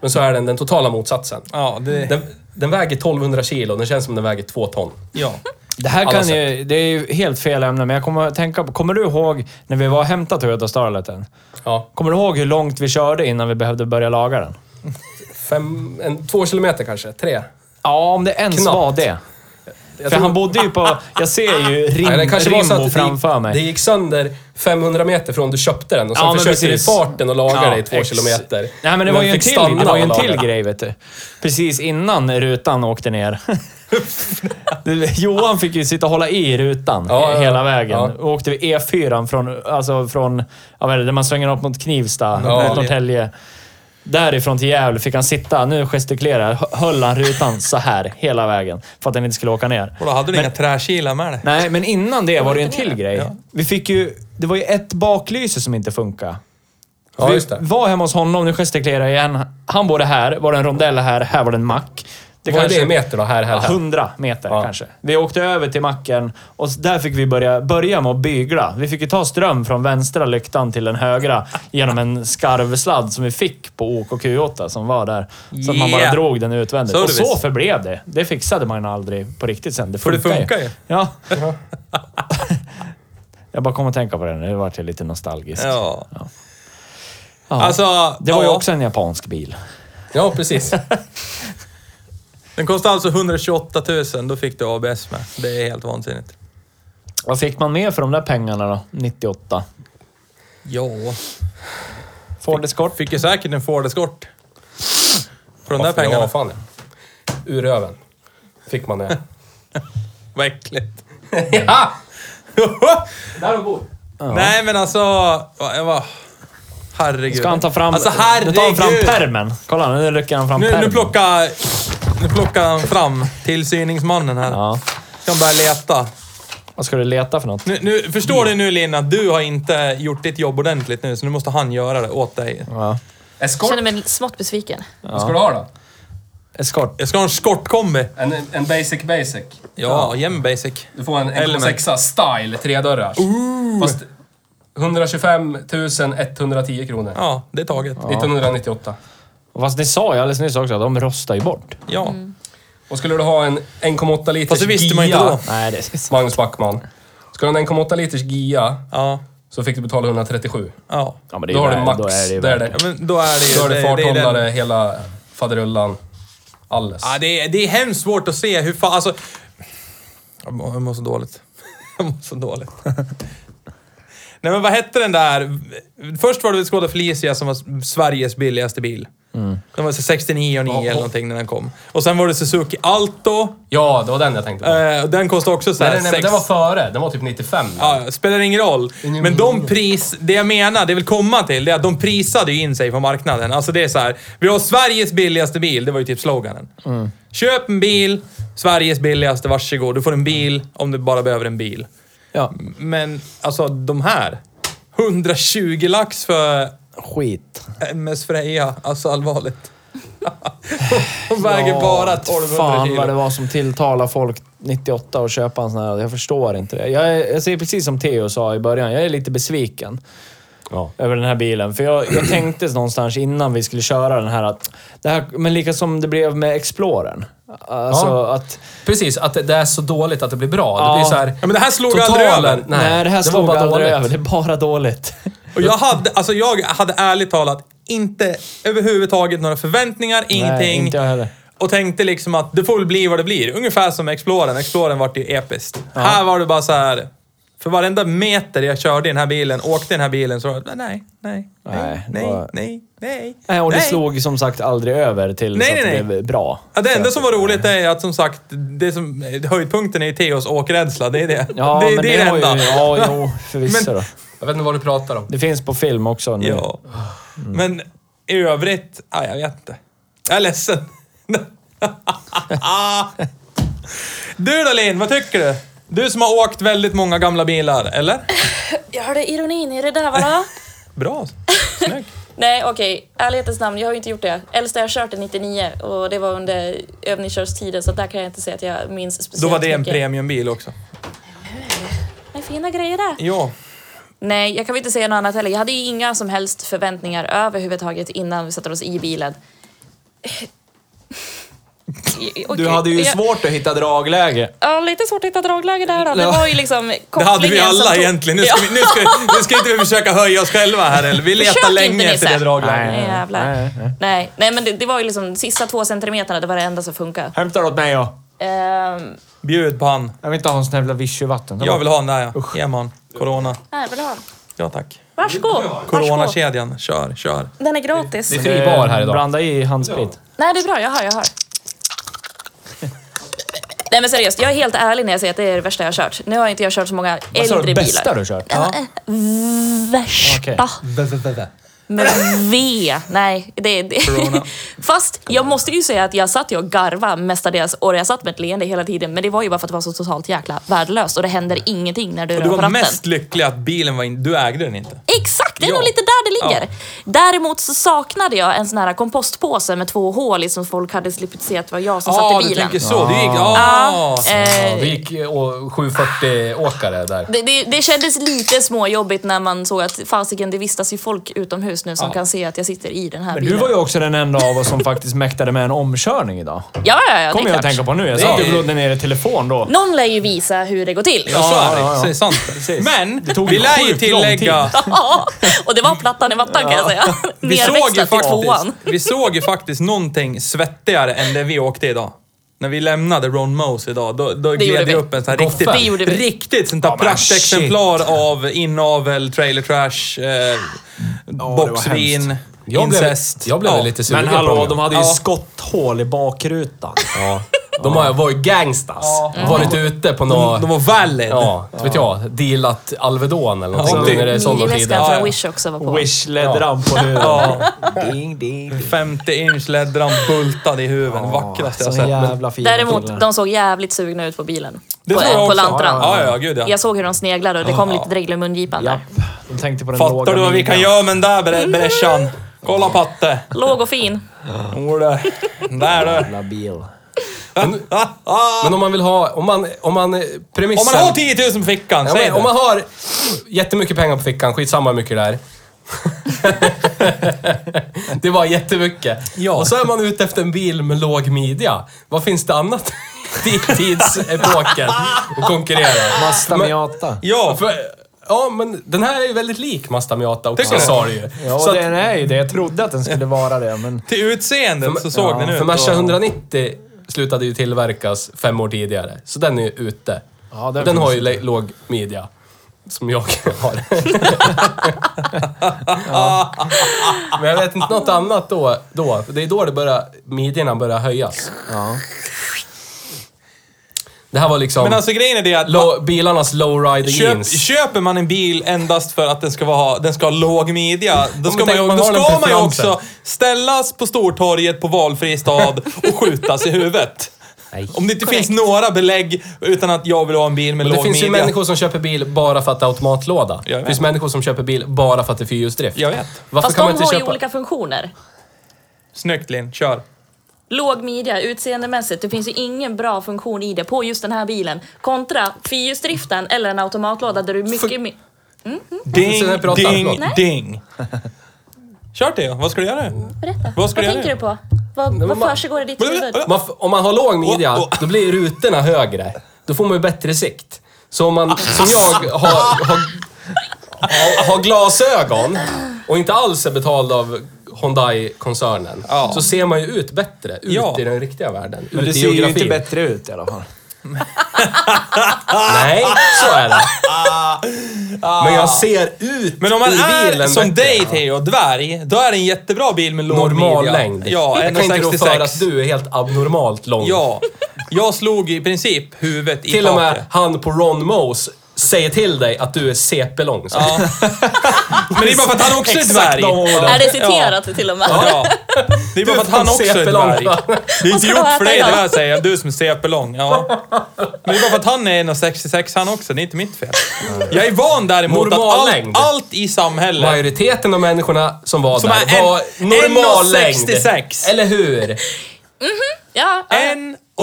Speaker 3: Men så är den den totala motsatsen.
Speaker 2: Ja, det...
Speaker 3: Den, den väger 1200 kilo, den känns som den väger två ton.
Speaker 2: Ja.
Speaker 1: Det här
Speaker 3: Alla
Speaker 1: kan
Speaker 3: sätt.
Speaker 1: ju, det är ju helt fel ämne, men jag kommer att tänka på... Kommer du ihåg när vi var och hämtade Toyota Starleten?
Speaker 3: Ja,
Speaker 1: Kommer du ihåg hur långt vi körde innan vi behövde börja laga den?
Speaker 3: fem, en, två kilometer kanske, tre.
Speaker 1: Ja, om det ens
Speaker 3: Knappt.
Speaker 1: var det.
Speaker 3: Jag
Speaker 1: För
Speaker 3: tror-
Speaker 1: han bodde ju på... Jag ser ju rim,
Speaker 3: Nej, det kanske var
Speaker 1: Rimmo
Speaker 3: så att det gick,
Speaker 1: framför mig.
Speaker 3: det gick sönder 500 meter från du köpte den och sen
Speaker 1: Ja, men
Speaker 3: försökte du i
Speaker 1: precis.
Speaker 3: farten att laga
Speaker 1: Ja,
Speaker 3: dig två
Speaker 1: ex-
Speaker 3: kilometer.
Speaker 1: Nej, men det var ju en
Speaker 3: fick
Speaker 1: till,
Speaker 3: stanna
Speaker 1: det var ju en
Speaker 3: och
Speaker 1: till
Speaker 3: laga.
Speaker 1: grej, vet du. Precis innan rutan åkte ner. Du, Johan fick ju sitta och hålla i rutan
Speaker 3: Ja, ja,
Speaker 1: hela
Speaker 3: ja.
Speaker 1: vägen.
Speaker 3: Ja.
Speaker 1: Och åkte vi E4 från, alltså från, ja, vad är det, där man svänger upp mot Knivsta, mot Norrtälje. Därifrån till Gävle fick han sitta, nu gestikulerar jag, hö- höll han rutan så här hela vägen. För att den inte skulle åka ner.
Speaker 2: Och då hade du inga träkilar med dig.
Speaker 1: Nej, men innan det var det ju en till grej. Vi fick ju, det var ju ett baklyse som inte funkade.
Speaker 3: Ja,
Speaker 1: Vi
Speaker 3: just det.
Speaker 1: var hemma hos honom, nu gestikulerar jag igen. Han bodde här, var det en rondell här, här var det en mack. Det
Speaker 3: Vad är det i meter då? Här, här, här.
Speaker 1: 100 meter kanske. Vi åkte över till macken och s- där fick vi börja, börja med att bygla. Vi fick ju ta ström från vänstra lyktan till den högra genom en skarvsladd som vi fick på OKQ8 som var där. Så att man bara
Speaker 2: Yeah.
Speaker 1: drog den utvändigt.
Speaker 2: Service.
Speaker 1: Och så förblev det. Det fixade man ju aldrig på riktigt sen. Det
Speaker 2: För det funkar ju.
Speaker 1: Ja. jag bara kom att tänka på det nu. Nu vart jag lite nostalgisk.
Speaker 2: Ja.
Speaker 1: Ja.
Speaker 2: Alltså,
Speaker 1: det var ju
Speaker 2: ja.
Speaker 1: också en japansk bil.
Speaker 3: Ja, precis.
Speaker 2: Den kostade alltså 128 000, då fick du ABS med. Det är helt vansinnigt.
Speaker 1: Vad fick man mer för de där pengarna då? 98?
Speaker 2: Ja.
Speaker 1: Ford Escort?
Speaker 2: Fick ju säkert en Ford Escort. För de där
Speaker 3: Varför?
Speaker 2: pengarna.
Speaker 3: Ja, fan ja. Ur röven. Fick man det.
Speaker 2: Vad äckligt.
Speaker 3: ja! Där de bor.
Speaker 2: Nej men alltså... va- Jag var... Herregud.
Speaker 1: Ska han ta fram...
Speaker 2: Alltså
Speaker 1: nu tar han
Speaker 2: herregud.
Speaker 1: fram pärmen. Kolla, nu rycker han fram
Speaker 2: Nu,
Speaker 1: pärmen.
Speaker 2: nu plockar... Nu plockar han fram tillsyningsmannen här.
Speaker 1: Ja.
Speaker 2: Kan börja leta.
Speaker 1: Vad ska du leta för något?
Speaker 2: Nu, nu, förstår du nu Linn att du har inte gjort ditt jobb ordentligt nu, så nu måste han göra det åt dig.
Speaker 1: Ja.
Speaker 4: Jag
Speaker 3: Eskort.
Speaker 4: känner mig smått besviken.
Speaker 3: Vad ska du ha då?
Speaker 1: Escort.
Speaker 2: Jag ska ha en skortkombi.
Speaker 3: En, en basic basic.
Speaker 2: Ja, jämn basic.
Speaker 3: Du får en
Speaker 2: Element.
Speaker 3: 1,6 style, tre dörrar. Fast 125 110 kronor.
Speaker 2: Ja, det är taget.
Speaker 3: 1998.
Speaker 1: Fast ni sa ju alldeles nyss också att de rostar ju bort.
Speaker 2: Ja.
Speaker 1: Mm.
Speaker 3: Och skulle du ha en 1,8 liters
Speaker 2: Fast det visste man ju
Speaker 3: GIA,
Speaker 2: inte då.
Speaker 1: Nej, det är så.
Speaker 3: Magnus Backman. Skulle du ha en 1,8 liters GIA
Speaker 2: Ja.
Speaker 3: så fick du betala 137.
Speaker 2: Ja.
Speaker 1: Ja, men
Speaker 3: då har
Speaker 1: ju
Speaker 3: du
Speaker 1: värt-
Speaker 3: max.
Speaker 1: Då är det ju
Speaker 3: Där är
Speaker 1: värt-
Speaker 3: det.
Speaker 2: ja men då är det ju...
Speaker 3: Då är det
Speaker 2: är den-
Speaker 3: farthållare, hela faderullan. Alles.
Speaker 2: Ja, det är, det är hemskt svårt att se hur fan... Alltså... Jag mår jag mår så dåligt. Jag mår så dåligt. Nej men vad hette den där... Först var det väl Skoda Felicia som var Sveriges billigaste bil. Den var så 69 och 9 eller någonting när den kom. Och sen var det Suzuki Alto.
Speaker 3: Ja, det var den jag tänkte på.
Speaker 2: Eh, och den kostade också
Speaker 3: nej,
Speaker 2: såhär
Speaker 3: nej, nej, men den var före. Den var typ 95.
Speaker 2: Ja, ja, spelar ingen roll. Men de pris... Det jag menar, det jag vill komma till, det är att de prisade ju in sig på marknaden. Alltså det är så här. Vi har Sveriges billigaste bil, det var ju typ sloganen.
Speaker 1: Mm.
Speaker 2: Köp en bil, Sveriges billigaste, varsågod. Du får en bil om du bara behöver en bil.
Speaker 1: Ja.
Speaker 2: Men alltså de här. 120 lax för
Speaker 1: Skit.
Speaker 2: MS Freja. Alltså allvarligt. Hon väger bara 1200
Speaker 1: Fan vad det
Speaker 2: kilo.
Speaker 1: var som tilltalade folk 98 och köpa en sån här. Jag förstår inte det. Jag, är, jag säger precis som Theo sa i början, jag är lite besviken. Över den här bilen. För jag, jag tänkte någonstans innan vi skulle köra den här att... Det här men lika som det blev med Explorern. Alltså
Speaker 3: Ja.
Speaker 1: att...
Speaker 3: Precis, att det, det är så dåligt att det blir bra. Det
Speaker 1: Ja.
Speaker 3: blir så här,
Speaker 2: Ja, men det här slog aldrig
Speaker 3: totalen-
Speaker 2: över.
Speaker 1: Nej, det här slog
Speaker 3: bara
Speaker 1: aldrig
Speaker 3: dåligt.
Speaker 1: över. Det är bara dåligt.
Speaker 2: Och jag hade, alltså jag hade ärligt talat inte överhuvudtaget några förväntningar, ingenting.
Speaker 1: inte jag heller.
Speaker 2: Och tänkte liksom att det får väl bli vad det blir. Ungefär som Exploren. Exploren vart ju episkt. Här var det bara så här. För varenda meter jag körde i den här bilen, åkte i den här bilen, så var det nej, nej, nej,
Speaker 1: Nej,
Speaker 2: nej,
Speaker 1: vad-
Speaker 2: nej, nej.
Speaker 1: Nej, och det
Speaker 2: nej.
Speaker 1: slog som sagt aldrig över till
Speaker 2: Nej,
Speaker 1: så att
Speaker 2: nej,
Speaker 1: det
Speaker 2: nej.
Speaker 1: blev bra.
Speaker 2: Ja, det enda som var roligt är att som sagt, det som, höjdpunkten är Theos åkrädsla. Det är det.
Speaker 1: Ja,
Speaker 2: det,
Speaker 1: men
Speaker 2: det är det
Speaker 1: har
Speaker 2: enda.
Speaker 1: ju... Ja, jo, förvisso
Speaker 2: Men-
Speaker 1: då.
Speaker 3: Jag vet inte vad du pratar om.
Speaker 1: Det finns på film också nu.
Speaker 2: Ja. Men i övrigt, ja, jag vet inte. Jag är ledsen. du då Linn, vad tycker du? Du som har åkt väldigt många gamla bilar, eller?
Speaker 4: Jag hörde ironin i det där va?
Speaker 2: Bra. Snyggt.
Speaker 4: Nej okej, ärlighetens namn, jag har ju inte gjort det. Äldsta jag kört är 99 och det var under övningskörstiden så där kan jag inte säga att jag minns speciellt
Speaker 2: Då var det en
Speaker 4: mycket.
Speaker 2: premiumbil också.
Speaker 4: Men fina grejer där.
Speaker 2: Ja.
Speaker 4: Nej, jag kan väl inte säga något annat heller. Jag hade ju inga som helst förväntningar överhuvudtaget innan vi satte oss i bilen. Okej,
Speaker 5: Du hade ju
Speaker 4: jag-
Speaker 5: svårt att hitta dragläge.
Speaker 4: Ja, lite svårt att hitta dragläge där då. Det var ju liksom
Speaker 2: Det hade vi
Speaker 4: kopplingen som
Speaker 2: alla
Speaker 4: tog-
Speaker 2: egentligen. Nu ska,
Speaker 4: Ja.
Speaker 2: vi, nu, ska, nu ska inte vi försöka höja oss själva här eller? Vi
Speaker 4: Försök
Speaker 2: letar
Speaker 4: inte,
Speaker 2: länge efter
Speaker 4: Nisse.
Speaker 2: det dragläget.
Speaker 4: Nej, jävlar.
Speaker 1: Nej, nej.
Speaker 4: Nej, nej men det, det var ju liksom de sista två centimeterna, det var det enda som funkade.
Speaker 1: Hämta det åt mig och.
Speaker 4: Ehm,
Speaker 2: Bjud på han.
Speaker 1: Jag vill inte ha en sån jävla vichyvatten.
Speaker 2: Jag vill ha den där ja. Ge man. Corona.
Speaker 4: här, vill du ha en?
Speaker 2: Ja tack.
Speaker 4: Varsågod. Varsågod.
Speaker 2: Coronakedjan. Kör, kör.
Speaker 4: Den är gratis.
Speaker 3: Det är fri bar här idag.
Speaker 1: Blanda i handsprit.
Speaker 4: Nej, det är bra. Jag har, jag har. Nej men seriöst, jag är helt ärlig när jag säger att det är det värsta jag har kört. Nu har inte jag kört så många
Speaker 1: Vad sa
Speaker 4: äldre
Speaker 1: du? Bästa
Speaker 4: bilar.
Speaker 1: du kört?
Speaker 4: Värsta.
Speaker 1: Okej.
Speaker 4: Med V. Nej, det det.
Speaker 2: Corona.
Speaker 4: Fast jag måste ju säga att jag satt ju och garvade mestadels och jag satt med ett leende hela tiden. Men det var ju bara för att det var så totalt jäkla värdelöst och det händer ingenting när du
Speaker 2: Och
Speaker 4: rör
Speaker 2: du
Speaker 4: på
Speaker 2: var
Speaker 4: ratten.
Speaker 2: mest lycklig att bilen var in... Du ägde den inte.
Speaker 4: Exakt, det är
Speaker 2: Ja.
Speaker 4: nog lite där det ligger.
Speaker 2: Ja.
Speaker 4: Däremot så saknade jag en sån här kompostpåse med två hål i som folk hade slippt se att det var jag som
Speaker 2: Ja,
Speaker 4: satt i
Speaker 2: du
Speaker 4: bilen.
Speaker 2: tänker så. Du gick... Ah.
Speaker 4: Ja, eh,
Speaker 3: Ja, det gick eh, å- 740-åkare där.
Speaker 4: det, det, det kändes lite småjobbigt när man såg att fasiken, det vistas ju folk utomhus nu som kan se att jag sitter i den här
Speaker 1: Men du
Speaker 4: bilen.
Speaker 1: var ju också den enda av oss som faktiskt mäktade med en omkörning idag.
Speaker 4: Ja, ja,
Speaker 1: Kommer
Speaker 4: ja, det är
Speaker 1: jag att
Speaker 4: klart.
Speaker 1: tänka på nu. Jag
Speaker 2: Det
Speaker 1: satt
Speaker 2: är-
Speaker 1: och glodde ner i telefon då.
Speaker 4: Någon lär ju visa hur det går till.
Speaker 2: Ja, så är
Speaker 1: Ja, ja,
Speaker 2: det.
Speaker 1: ja.
Speaker 2: Så det är sant.
Speaker 1: Precis.
Speaker 2: Men
Speaker 1: tog
Speaker 2: vi lär ju
Speaker 1: sjukt lång
Speaker 2: tillägga...
Speaker 4: Ja, och det var plattan i mattan kan jag säga.
Speaker 2: Vi såg, ju
Speaker 4: Nerväxlat till tvåan.
Speaker 2: faktiskt, vi såg ju faktiskt någonting svettigare än det vi åkte idag. När vi lämnade Ron Mose idag, då, då
Speaker 4: gjorde
Speaker 2: gled
Speaker 4: vi.
Speaker 2: det upp en sån här riktigt,
Speaker 4: Det gjorde vi.
Speaker 2: riktigt sånt här
Speaker 1: men
Speaker 2: praktexemplar av inavel, trailer trash, eh, boxvin,
Speaker 3: Jag blev,
Speaker 2: incest.
Speaker 3: jag blev
Speaker 2: Ja.
Speaker 3: lite sugen
Speaker 1: Men hallå,
Speaker 3: på
Speaker 1: de
Speaker 3: dem.
Speaker 1: hade ju
Speaker 2: Ja.
Speaker 1: skotthål i bakrutan.
Speaker 3: Ja. De har, var ju gangsters. Varit ute på något...
Speaker 2: De Mm, var valid.
Speaker 3: Ja, inte vet jag. Dealat Alvedon eller någonting.
Speaker 2: Ja.
Speaker 3: nu när det är sådana
Speaker 4: Miniväskan
Speaker 3: tider.
Speaker 2: Ja, ja.
Speaker 4: från Wish också var på.
Speaker 1: Wish led ramp på nu.
Speaker 2: Ja,
Speaker 1: Ding, ding.
Speaker 2: 50 inch ledran bultad i huven. Vackraste jag
Speaker 1: Så
Speaker 2: sett. Men
Speaker 1: jävla fina killar.
Speaker 4: Däremot, de såg jävligt sugna ut på bilen.
Speaker 2: Det
Speaker 4: på
Speaker 2: tror jag
Speaker 4: på
Speaker 2: också.
Speaker 4: lantran.
Speaker 2: Ja, ja, ja, gud ja.
Speaker 4: Jag såg hur de sneglade och det kom lite dregel i mungipan
Speaker 1: Japp,
Speaker 4: där.
Speaker 1: de tänkte på den låga
Speaker 2: Fattar du vad vi
Speaker 1: midjan.
Speaker 2: kan göra med den där bre- bräschan? Kolla Patte.
Speaker 4: Låg och fin.
Speaker 2: Jodå. Där du.
Speaker 1: Jävla bil.
Speaker 3: Men om man vill ha... Om man... Om man eh,
Speaker 2: Om
Speaker 3: premissen...
Speaker 2: man har 10 000 på fickan,
Speaker 3: Ja,
Speaker 2: säg
Speaker 3: men,
Speaker 2: det.
Speaker 3: om man har jättemycket pengar på fickan, skitsamma hur mycket det är. det var jättemycket.
Speaker 2: Ja.
Speaker 3: Och så är man ute efter en bil med låg midja. Vad finns det annat i tidsepoken att konkurrera?
Speaker 1: Mazda
Speaker 3: Men-
Speaker 1: Miata.
Speaker 2: Ja,
Speaker 3: För, ja, men den här är ju väldigt lik Mazda Miata och
Speaker 2: Tycker du?
Speaker 3: sa det ju.
Speaker 1: Ja,
Speaker 3: så
Speaker 1: den är ju det. Jag trodde att den skulle vara det, men...
Speaker 2: till utseendet så såg den
Speaker 3: att,
Speaker 2: ut.
Speaker 3: för Merca
Speaker 2: att-
Speaker 3: 190 slutade ju tillverkas fem år tidigare, så den är ju ute.
Speaker 1: Ja,
Speaker 3: Och
Speaker 1: den
Speaker 3: den,
Speaker 1: finns
Speaker 3: har ju le- låg midja, som jag har. Men jag vet inte något annat då. då. Det är då det börjar, midjorna börjar höjas. Det här var liksom
Speaker 2: Men alltså grejen är det att
Speaker 3: low, bilarnas lowrider
Speaker 2: köp,
Speaker 3: jeans.
Speaker 2: köper man en bil endast för att den ska, vara, den ska ha låg midja, då ska man
Speaker 3: men tänk
Speaker 2: ju,
Speaker 3: om man
Speaker 2: då
Speaker 3: har den
Speaker 2: ska man ju
Speaker 3: preferensen.
Speaker 2: också ställas på Stortorget på valfri stad och skjutas i huvudet. Om det inte finns några belägg utan att jag vill ha en bil med
Speaker 3: Och det
Speaker 2: låg
Speaker 3: finns ju
Speaker 2: midja.
Speaker 3: människor som köper bil bara för att det är automatlåda.
Speaker 2: Jag
Speaker 3: Det
Speaker 2: vet.
Speaker 3: finns människor som köper bil bara för att det är fyrhjulsdrift.
Speaker 2: Jag vet.
Speaker 3: Varför
Speaker 4: Fast
Speaker 3: kan
Speaker 4: de
Speaker 3: man inte
Speaker 4: har ju
Speaker 3: köpa...
Speaker 4: olika funktioner.
Speaker 2: Snyggt Linn, kör.
Speaker 4: Låg midja, utseendemässigt, det finns ju ingen bra funktion i det på just den här bilen. Kontra fyrhjulsdriften eller en automatlåda där du mycket mer...
Speaker 2: Ding,
Speaker 3: Sen är prata,
Speaker 2: ding,
Speaker 3: förlåt.
Speaker 2: ding. Kör Theo, vad ska du göra?
Speaker 4: Berätta,
Speaker 2: Vad ska
Speaker 4: vad
Speaker 2: jag
Speaker 4: tänker
Speaker 2: göra?
Speaker 4: du på? Vad, vad
Speaker 3: man-
Speaker 4: försiggår i ditt huvud?
Speaker 3: Man f- om man har låg midja,
Speaker 2: Oh, oh.
Speaker 3: då blir rutorna högre. Då får man ju bättre sikt. Så om
Speaker 2: Ah.
Speaker 3: man, som jag, har, har, har, har glasögon och inte alls är betald av Hyundai-koncernen,
Speaker 2: Ja.
Speaker 3: så ser man ju ut bättre. Ut
Speaker 2: Ja.
Speaker 3: i den riktiga världen.
Speaker 1: Men
Speaker 3: ut
Speaker 1: det
Speaker 3: i
Speaker 1: ser ju
Speaker 3: geografin.
Speaker 1: inte bättre ut i alla fall.
Speaker 3: Nej, så är det. Men jag ser ut
Speaker 2: Ah. Men om man
Speaker 3: ur
Speaker 2: är
Speaker 3: bilen
Speaker 2: som
Speaker 3: bättre.
Speaker 2: dig Theo, dvärg, då är det en jättebra bil med låg
Speaker 3: Normal
Speaker 2: midja.
Speaker 3: längd.
Speaker 2: Ja,
Speaker 3: jag kan inte rå för
Speaker 2: 1,66.
Speaker 3: att du är helt abnormalt lång.
Speaker 2: Ja. Jag slog i princip huvudet i
Speaker 3: Till och
Speaker 2: taket.
Speaker 3: med han på Ron Mose säger till dig att du är CP-lång. Så.
Speaker 2: Ja. Men det är bara för att han också är
Speaker 3: Exakt
Speaker 2: dvärg.
Speaker 3: de orden.
Speaker 4: Är det citerat till och med?
Speaker 2: Ja. Det är bara för att han
Speaker 3: fan
Speaker 2: också är
Speaker 3: CP-lång,
Speaker 2: dvärg.
Speaker 3: va?
Speaker 2: Det är inte
Speaker 4: ska
Speaker 2: gjort för
Speaker 4: du äta
Speaker 2: dig det
Speaker 4: idag?
Speaker 2: här säger jag, du som är CP-lång. Ja. Men det är bara för att han är 1,66 han också, det är inte mitt fel. Jag är van däremot att
Speaker 3: Normal
Speaker 2: allt,
Speaker 3: längd.
Speaker 2: allt i samhället...
Speaker 3: Majoriteten av människorna som var
Speaker 2: Som är
Speaker 3: där
Speaker 2: en-
Speaker 3: var normal längd.
Speaker 2: 1,66.
Speaker 3: Eller hur?
Speaker 4: Ja, ja.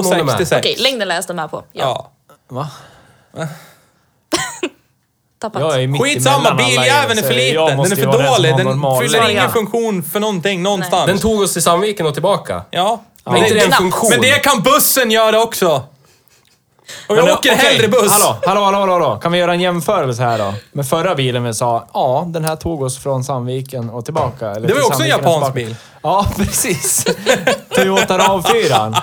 Speaker 3: Någon är med.
Speaker 2: 1,66.
Speaker 4: Okej, längden läste jag med på. Ja,
Speaker 2: Ja.
Speaker 4: tappat.
Speaker 1: Jag är mitt
Speaker 2: Skitsamma,
Speaker 1: emellan alla er,
Speaker 2: biljäveln är
Speaker 1: så
Speaker 2: för liten.
Speaker 1: jag
Speaker 2: Den
Speaker 1: måste
Speaker 2: är
Speaker 1: ju
Speaker 2: för
Speaker 1: vara den som
Speaker 2: dålig.
Speaker 1: har
Speaker 2: Den
Speaker 1: normal
Speaker 2: fyller
Speaker 1: längd.
Speaker 2: ingen
Speaker 4: Ja.
Speaker 2: funktion för någonting någonstans.
Speaker 3: Den tog oss till Sandviken och tillbaka.
Speaker 2: Ja.
Speaker 3: Men inte det är en
Speaker 4: Knappt.
Speaker 3: funktion.
Speaker 2: Men det kan bussen göra också. Och jag
Speaker 1: Men,
Speaker 2: åker
Speaker 1: okej,
Speaker 2: hellre buss.
Speaker 1: Hallå, hallå, hallå, hallå, hallå. Kan vi göra en jämförelse här då? Med förra bilen vi sa, ja, den här tog oss från Sandviken och tillbaka. Eller
Speaker 2: Det var
Speaker 1: till
Speaker 2: också en
Speaker 1: Sandviken och
Speaker 2: japansk
Speaker 1: tillbaka.
Speaker 2: bil.
Speaker 1: Ja, precis. Toyota RAV4.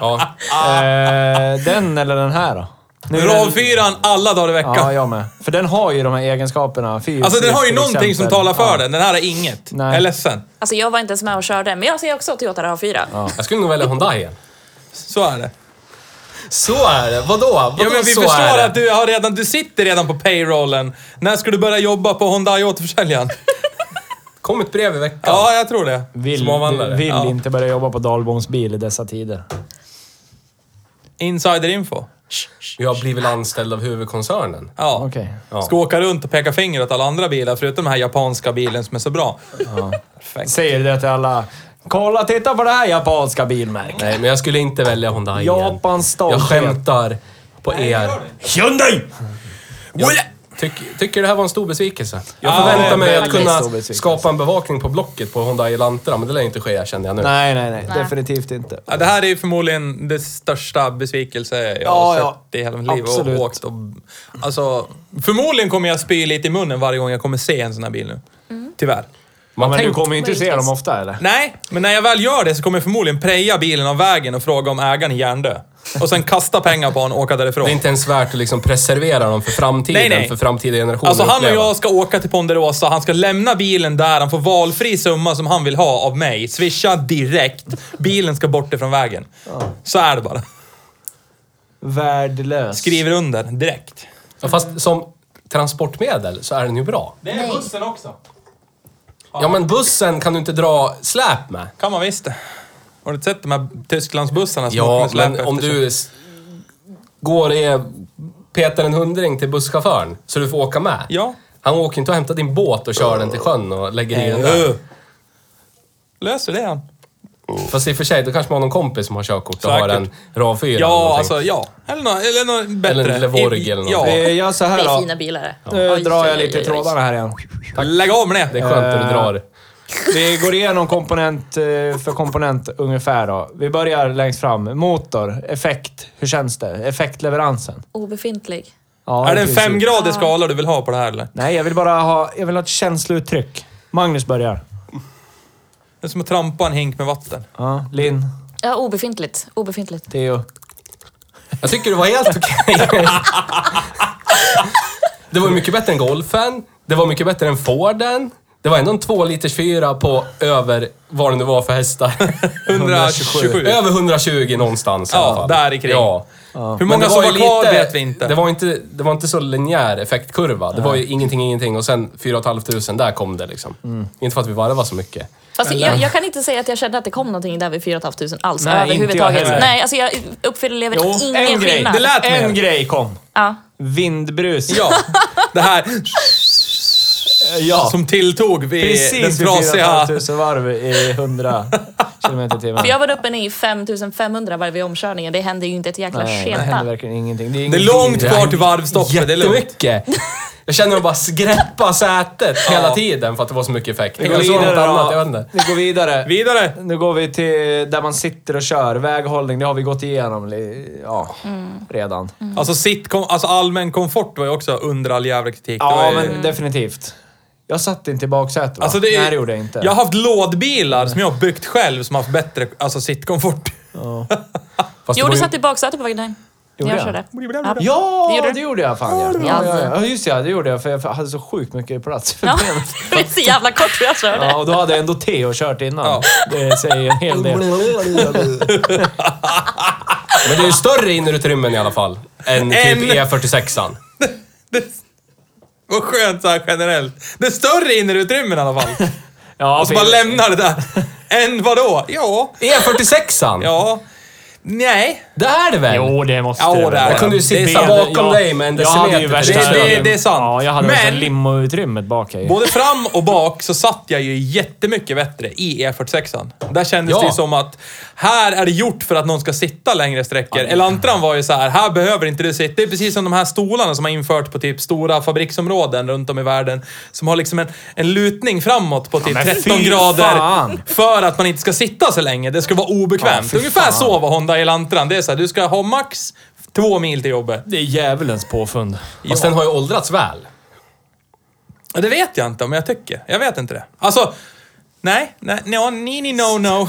Speaker 3: Ja.
Speaker 1: eh, den eller den här då? Nu är den-
Speaker 2: RAV4 alla dagar i veckan.
Speaker 1: Ja, jag med. För den har ju de här egenskaperna. Fyrhjulsdrift
Speaker 2: Alltså den har ju
Speaker 1: till
Speaker 2: någonting som
Speaker 1: exempel.
Speaker 2: talar för
Speaker 1: ja.
Speaker 2: den. Den här har inget.
Speaker 1: Nej.
Speaker 2: Jag är ledsen.
Speaker 4: Alltså jag var inte ens med och körde, men jag ser också Toyota RAV4.
Speaker 3: Jag skulle nog välja Hyundai igen.
Speaker 2: Så är det.
Speaker 3: Så är det. Vadå? Vadå
Speaker 2: Ja, men vi
Speaker 3: så
Speaker 2: förstår
Speaker 3: är det?
Speaker 2: att du, har redan, du sitter redan på payrollen. När ska du börja jobba på Hyundai återförsäljaren?
Speaker 3: kom ett brev i veckan.
Speaker 2: Ja, jag tror det.
Speaker 1: Vill,
Speaker 3: Småvandrare.
Speaker 1: vill
Speaker 2: Ja.
Speaker 1: inte börja jobba på Dahlboms bil i dessa tider.
Speaker 2: Insiderinfo.
Speaker 3: Jag blir väl anställd av huvudkoncernen.
Speaker 2: Ja.
Speaker 1: Okej.
Speaker 3: Ja.
Speaker 2: Ska åka runt och peka finger åt alla andra bilar förutom den här japanska bilen som är så bra. Perfekt.
Speaker 1: Säger du det till alla? Kolla, titta på det här japanska bilmärket.
Speaker 3: Nej, men jag skulle inte välja Hyundai igen.
Speaker 1: Japans
Speaker 3: Jag
Speaker 1: stolthet.
Speaker 3: skämtar på er.
Speaker 1: Hyundai!
Speaker 3: Jag tyck, tycker det här var en stor besvikelse. Jag
Speaker 2: Ja,
Speaker 3: förväntar
Speaker 2: det är
Speaker 3: mig att
Speaker 1: väldigt
Speaker 3: kunna
Speaker 1: stor besvikelse.
Speaker 3: skapa en bevakning på Blocket på Hyundai Elantra, men det lär inte ske kände jag nu.
Speaker 1: Nej, nej, nej. Definitivt inte.
Speaker 2: Ja, det här är ju förmodligen det största besvikelse jag
Speaker 1: Ja,
Speaker 2: har
Speaker 1: ja.
Speaker 2: sett i hela mitt liv.
Speaker 1: Absolut.
Speaker 2: Och åkt och, alltså, förmodligen kommer jag spy lite i munnen varje gång jag kommer se en sån här bil nu. Tyvärr.
Speaker 1: Men du
Speaker 3: tänk-
Speaker 1: kommer ju inte se
Speaker 4: Möjligtvis.
Speaker 1: dem ofta eller?
Speaker 2: Nej, men när jag väl gör det så kommer jag förmodligen preja bilen av vägen och fråga om ägaren är hjärndöd. Och sen kasta pengar på honom och åka därifrån.
Speaker 3: Det är inte ens värt att liksom preservera dem för framtiden,
Speaker 2: Nej, nej.
Speaker 3: för framtida generationer.
Speaker 2: Alltså han och
Speaker 3: uppleva.
Speaker 2: jag ska åka till Ponderosa, han ska lämna bilen där, han får valfri summa som han vill ha av mig. Swisha direkt. Bilen ska bort ifrån vägen. Så är det bara.
Speaker 1: Värdelös.
Speaker 2: Skriver under direkt.
Speaker 3: Ja, Fast som transportmedel så är den ju bra.
Speaker 2: Det är bussen också.
Speaker 3: Ja, men bussen kan du inte dra släp med.
Speaker 2: Kan man visst. Har du inte sett de här Tysklandsbussarna som åker
Speaker 3: Ja,
Speaker 2: med släp
Speaker 3: men om
Speaker 2: efter sig?
Speaker 3: du s- går och petar en hundring till busschauffören så du får åka med.
Speaker 2: Ja.
Speaker 3: Han åker inte och hämtar din båt och kör den till sjön och lägger i den där.
Speaker 2: Ö. Löser det han?
Speaker 3: Fast i och för sig, då kanske man har någon kompis som har körkort och
Speaker 2: Säkert.
Speaker 3: har en RAV4 eller
Speaker 2: Ja,
Speaker 3: någonting.
Speaker 2: alltså ja. Eller något eller nå bättre.
Speaker 3: Eller en Levorg eller
Speaker 2: ja.
Speaker 3: någonting.
Speaker 1: Eh, Jag så
Speaker 4: Det
Speaker 1: här
Speaker 4: är
Speaker 1: då.
Speaker 4: fina bilar det.
Speaker 1: Nu
Speaker 4: Oj,
Speaker 1: drar jag
Speaker 4: oj,
Speaker 1: lite
Speaker 4: oj,
Speaker 1: i
Speaker 4: oj.
Speaker 1: trådarna här igen.
Speaker 2: Lägg av med
Speaker 3: Det
Speaker 2: det.
Speaker 3: är skönt när du
Speaker 1: Eh.
Speaker 3: drar.
Speaker 1: Vi går igenom komponent eh, för komponent ungefär då. Vi börjar längst fram. Motor, effekt. Hur känns det? Effektleveransen.
Speaker 4: Obefintlig.
Speaker 1: Ja,
Speaker 2: Är det en
Speaker 1: precis.
Speaker 2: femgradig skala du vill ha på det här eller?
Speaker 1: Nej, jag vill bara ha, jag vill ha ett känslouttryck. Magnus börjar.
Speaker 2: Det är som att trampa en hink med vatten.
Speaker 1: Ja, Linn,
Speaker 4: Ja, obefintligt. Obefintligt.
Speaker 1: Theo.
Speaker 3: Jag tycker det var helt okej. det var mycket bättre än golfen. Det var mycket bättre än Forden. Det var ändå en 2 liters fyra på över vad det nu var för hästar.
Speaker 2: 127.
Speaker 3: över 120 någonstans i
Speaker 2: Ja,
Speaker 3: alla fall.
Speaker 2: där i kring.
Speaker 3: Ja.
Speaker 2: Hur
Speaker 3: Men
Speaker 2: många
Speaker 3: det
Speaker 2: som
Speaker 3: ju
Speaker 2: var kvar
Speaker 3: lite-
Speaker 2: vet vi inte.
Speaker 3: Det var inte, det var inte så linjär effektkurva. Det var ju ingenting, ingenting och sen 4 500, där kom det liksom. Inte för att vi varvade så mycket.
Speaker 4: Fast jag, jag kan inte säga att jag kände att det kom någonting där vid 4 500 alls
Speaker 1: Nej,
Speaker 4: överhuvudtaget.
Speaker 1: inte jag heller.
Speaker 4: Nej, alltså jag uppfyller ingen
Speaker 1: en grej.
Speaker 4: skillnad.
Speaker 2: Det lät mer.
Speaker 1: en grej kom.
Speaker 4: Ja.
Speaker 1: Vindbrus.
Speaker 2: Ja, det här
Speaker 1: ja.
Speaker 2: som tilltog vid den
Speaker 1: Precis vid
Speaker 2: trasiga...
Speaker 1: 4500 varv i 100 km i
Speaker 4: För
Speaker 1: timmen.
Speaker 4: jag var uppe i 5500 varv vid omkörningen. Det hände ju inte ett jäkla
Speaker 1: Nej, det händer
Speaker 4: sketa.
Speaker 1: verkligen ingenting. Det är,
Speaker 2: Det är
Speaker 1: ingenting.
Speaker 2: långt kvar till varvstoppet, det är lugnt.
Speaker 3: Jättemycket! Jag känner mig bara skräppa sätet hela tiden för att det var så mycket effekt.
Speaker 1: Vi
Speaker 3: Det
Speaker 1: går
Speaker 3: går något
Speaker 1: vidare
Speaker 3: annat, jag vet
Speaker 1: då.
Speaker 3: inte.
Speaker 1: Vi går vidare.
Speaker 2: Vidare!
Speaker 1: Nu går vi till där man sitter och kör. Väghållning, det har vi gått igenom li- ja,
Speaker 4: Mm.
Speaker 1: redan.
Speaker 2: Alltså, sitt, kom, alltså allmän komfort var ju också under all jävla kritik. Det
Speaker 1: Ja,
Speaker 2: var ju,
Speaker 1: men definitivt. Jag satt inte i baksätet va?
Speaker 2: alltså det är-
Speaker 1: Nej, det gjorde jag inte.
Speaker 2: Jag har haft lådbilar som jag har byggt själv som har haft bättre alltså, sittkomfort.
Speaker 3: Fast det
Speaker 4: Jo,
Speaker 3: var
Speaker 4: du
Speaker 3: ju-
Speaker 4: satt i baksätet på vägen hem.
Speaker 1: Gjorde
Speaker 4: jag
Speaker 1: jag?
Speaker 4: körde.
Speaker 1: Ja,
Speaker 4: Det gjorde
Speaker 1: det,
Speaker 4: du.
Speaker 1: gjorde jag fan ja. Ja,
Speaker 4: Ja.
Speaker 1: ja, ja. Just ja, det gjorde jag för jag hade så sjukt mycket plats för
Speaker 4: Ja,
Speaker 1: benet.
Speaker 4: det är så jävla kort hur jag körde.
Speaker 1: Ja, och då hade jag ändå te och kört innan.
Speaker 2: Ja.
Speaker 1: Det säger en hel del.
Speaker 3: Men det är ju större innerutrymmen i alla fall. Än typ
Speaker 2: Än-
Speaker 3: E46an.
Speaker 2: Det var skönt så här generellt. Det är större innerutrymmen i alla fall.
Speaker 1: Ja,
Speaker 2: Och så bara
Speaker 1: Filip.
Speaker 2: lämnar det där. Än vadå? Ja,
Speaker 3: E46an!
Speaker 2: ja, nej.
Speaker 3: Det är det väl?
Speaker 1: Jo, det måste
Speaker 2: Ja,
Speaker 1: det
Speaker 2: det är
Speaker 1: väl.
Speaker 2: Jag kunde ju
Speaker 3: sitta
Speaker 1: Ben-
Speaker 3: bakom dig med en
Speaker 1: jag hade ju
Speaker 3: decimeter.
Speaker 1: värsta-
Speaker 2: Det- det- det är sant.
Speaker 1: Ja, jag hade värsta
Speaker 2: Men-
Speaker 1: limoutrymmet bak i.
Speaker 2: Både fram och bak så satt jag ju jättemycket bättre i E46an. Där kändes
Speaker 3: Ja.
Speaker 2: det ju som att här är det gjort för att någon ska sitta längre sträckor. Elantran var ju så här, här behöver inte du sitta. Det är precis som de här stolarna som har infört på typ stora fabriksområden runt om i världen. Som har liksom en, en lutning framåt på typ
Speaker 1: men
Speaker 2: 13
Speaker 1: fy
Speaker 2: grader.
Speaker 1: fan.
Speaker 2: För att man inte ska sitta så länge. Det ska vara obekvämt.
Speaker 1: Ja, fy
Speaker 2: Ungefär
Speaker 1: fan.
Speaker 2: så var Honda Elantran. Det är så här, du ska ha max två mil till jobbet.
Speaker 1: Det är djävulens påfund.
Speaker 3: Fast den har ju åldrats väl.
Speaker 2: Ja, Det vet jag inte om jag tycker. Jag vet inte det. Alltså, nej, nej, no, ni, ni, no, no.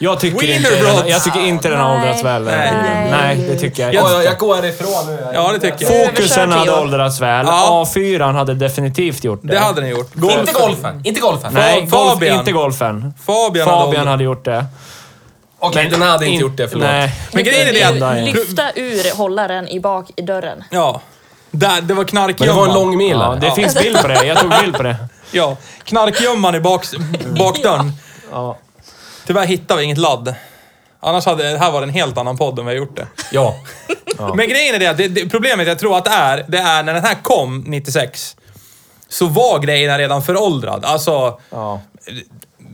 Speaker 1: Jag tycker, inte
Speaker 2: Wienerbrotts.
Speaker 1: den, jag tycker inte den har
Speaker 4: Nej.
Speaker 1: åldrats väl. eh,
Speaker 2: Nej.
Speaker 1: Nej, det tycker jag
Speaker 3: Ja,
Speaker 1: inte.
Speaker 3: jag, jag går härifrån nu.
Speaker 2: Ja, det tycker jag.
Speaker 1: Fokusen hade
Speaker 4: Överkörd, Theo.
Speaker 1: åldrats väl.
Speaker 2: Ja.
Speaker 1: A4 hade definitivt gjort det.
Speaker 2: Det hade ni gjort.
Speaker 3: Inte golfen. Inte golfen.
Speaker 1: Nej,
Speaker 2: Fa-
Speaker 1: golf,
Speaker 2: Fabian.
Speaker 1: inte golfen.
Speaker 2: Fabian,
Speaker 1: Fabian
Speaker 2: hade...
Speaker 1: hade gjort det.
Speaker 3: Okej, den hade inte
Speaker 1: In-
Speaker 3: gjort det. Förlåt.
Speaker 1: Nej.
Speaker 2: Men grejen är det att...
Speaker 1: Nej.
Speaker 4: Lyfta ur hållaren i bak i dörren.
Speaker 2: Ja. Där, det var
Speaker 3: Men det
Speaker 2: knarkgömman.
Speaker 3: var en lång mil.
Speaker 1: Ja,
Speaker 3: Ja,
Speaker 1: det finns bild på det. Jag tog bild på det.
Speaker 2: Ja, knarkgömman i bak, bakdörren.
Speaker 1: Ja.
Speaker 2: Tyvärr hittade vi inget ladd. Annars hade det här var en helt annan podd om vi hade gjort det.
Speaker 3: ja.
Speaker 2: Men grejen är det, att det, det problemet jag tror att det är, det är när den här kom 96 så var grejerna redan föråldrad. Alltså,
Speaker 1: Ja.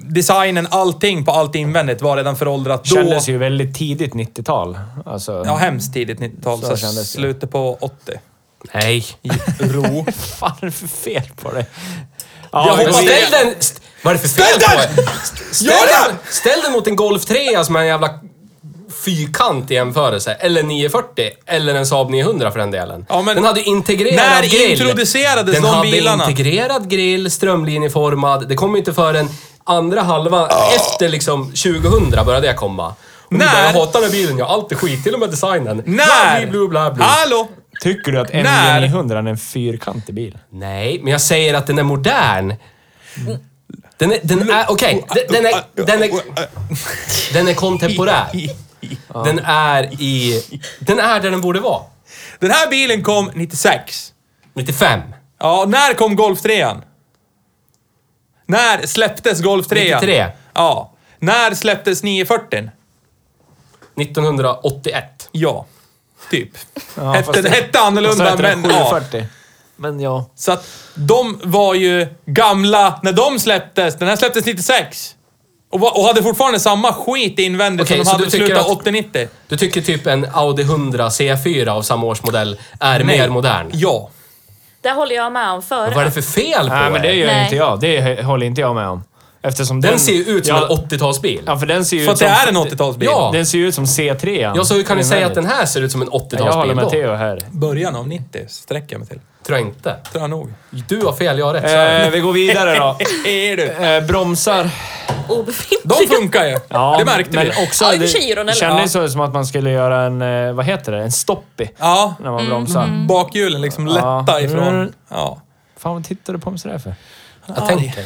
Speaker 2: designen, allting på allt invändigt var redan föråldrat då.
Speaker 1: Kändes ju väldigt tidigt 90-tal. Alltså,
Speaker 2: Ja, hemskt tidigt 90-tal.
Speaker 1: Så
Speaker 2: Så
Speaker 1: kändes det.
Speaker 2: slutet på 80.
Speaker 3: Nej.
Speaker 2: Ro.
Speaker 1: fan är det för fel på dig? Ja,
Speaker 2: hoppas-
Speaker 3: Men
Speaker 1: vi-
Speaker 3: ställ den... st- Vad är det för fel
Speaker 2: Ställ
Speaker 3: på
Speaker 2: den!
Speaker 3: er?
Speaker 2: Gör
Speaker 3: Ställ den! Ställ den mot en Golf 3 som är en jävla fyrkant i jämförelse. Eller 940. Eller en Saab 900 för den delen.
Speaker 2: Ja, men-
Speaker 3: den hade integrerad
Speaker 2: När
Speaker 3: grill.
Speaker 2: introducerades
Speaker 3: den
Speaker 2: de
Speaker 3: hade
Speaker 2: bilarna?
Speaker 3: integrerad grill, strömlinjeformad. Det kom inte förrän andra halvan efter liksom 2000 började det komma. Och
Speaker 2: När-
Speaker 3: när? Jag hatar med bilen, jag har alltid skit till och med designen.
Speaker 2: När? Ah,
Speaker 3: Bla, bla, bla, bla.
Speaker 2: Hallå!
Speaker 1: Tycker du att
Speaker 2: När?
Speaker 1: MG900 är en fyrkantig bil?
Speaker 3: Nej, men jag säger att den är modern. Den är... Den är Okej, den, den är... Den är, den är kontemporär. Den är i... Den är där den borde vara.
Speaker 2: Den här bilen kom 96.
Speaker 3: 95.
Speaker 2: Ja, när kom Golf 3 När släpptes Golf 3
Speaker 3: 93.
Speaker 2: Ja. När släpptes 940
Speaker 3: 1981.
Speaker 2: Ja. Typ.
Speaker 1: fast
Speaker 2: hette,
Speaker 1: det-
Speaker 2: hette
Speaker 1: Alltså,
Speaker 2: annorlunda, men ja.
Speaker 1: Men ja.
Speaker 2: Så att de var ju gamla när de släpptes. Den här släpptes 96. Och, var, och hade fortfarande samma skit invändigt
Speaker 3: Okej,
Speaker 2: som de
Speaker 3: så
Speaker 2: hade
Speaker 3: du
Speaker 2: i
Speaker 3: tycker
Speaker 2: slutet
Speaker 3: att-
Speaker 2: av 80-90.
Speaker 3: Du tycker typ en Audi 100 C4 av samma årsmodell är mer modern?
Speaker 2: Ja.
Speaker 4: Det håller jag med om.
Speaker 3: Vad är
Speaker 4: Före
Speaker 3: det för fel på
Speaker 1: Nej, men det
Speaker 3: er?
Speaker 1: gör
Speaker 4: Nej.
Speaker 1: inte jag. Det hö- håller inte jag med om. Eftersom den,
Speaker 3: Den ser ju ut som
Speaker 1: ja,
Speaker 3: en 80-talsbil.
Speaker 1: Ja, för den ser ju
Speaker 2: För
Speaker 1: ut
Speaker 2: att det
Speaker 1: som...
Speaker 2: är en 80-talsbil.
Speaker 3: Ja.
Speaker 1: Den ser ju ut som C3.
Speaker 3: Ja, så hur kan ni säga att den här ser ut som en 80-talsbil
Speaker 1: Jag håller med
Speaker 3: då?
Speaker 1: Theo här.
Speaker 2: Början av 90 sträcker jag mig till.
Speaker 3: Tror jag inte.
Speaker 2: Tror jag nog. E-
Speaker 3: Du har fel, jag har rätt. Så är det.
Speaker 1: Eh, vi går vidare då.
Speaker 2: Är du?
Speaker 1: Eh, bromsar.
Speaker 4: obefintlig.
Speaker 2: De funkar ju.
Speaker 1: Ja,
Speaker 2: det märkte
Speaker 1: men
Speaker 2: vi.
Speaker 1: Också,
Speaker 4: Ja, i och för sig
Speaker 1: det
Speaker 4: gyron, eller?
Speaker 1: det kändes ju som att man skulle göra en, eh, vad heter det, en stoppy
Speaker 2: Ja.
Speaker 1: när
Speaker 4: Mm,
Speaker 1: man bromsar.
Speaker 2: Bakhjulen liksom lätta
Speaker 1: Mm.
Speaker 2: ifrån. Ja.
Speaker 1: Fan, vad tittar du på mig sådär för?
Speaker 3: Jag tänker.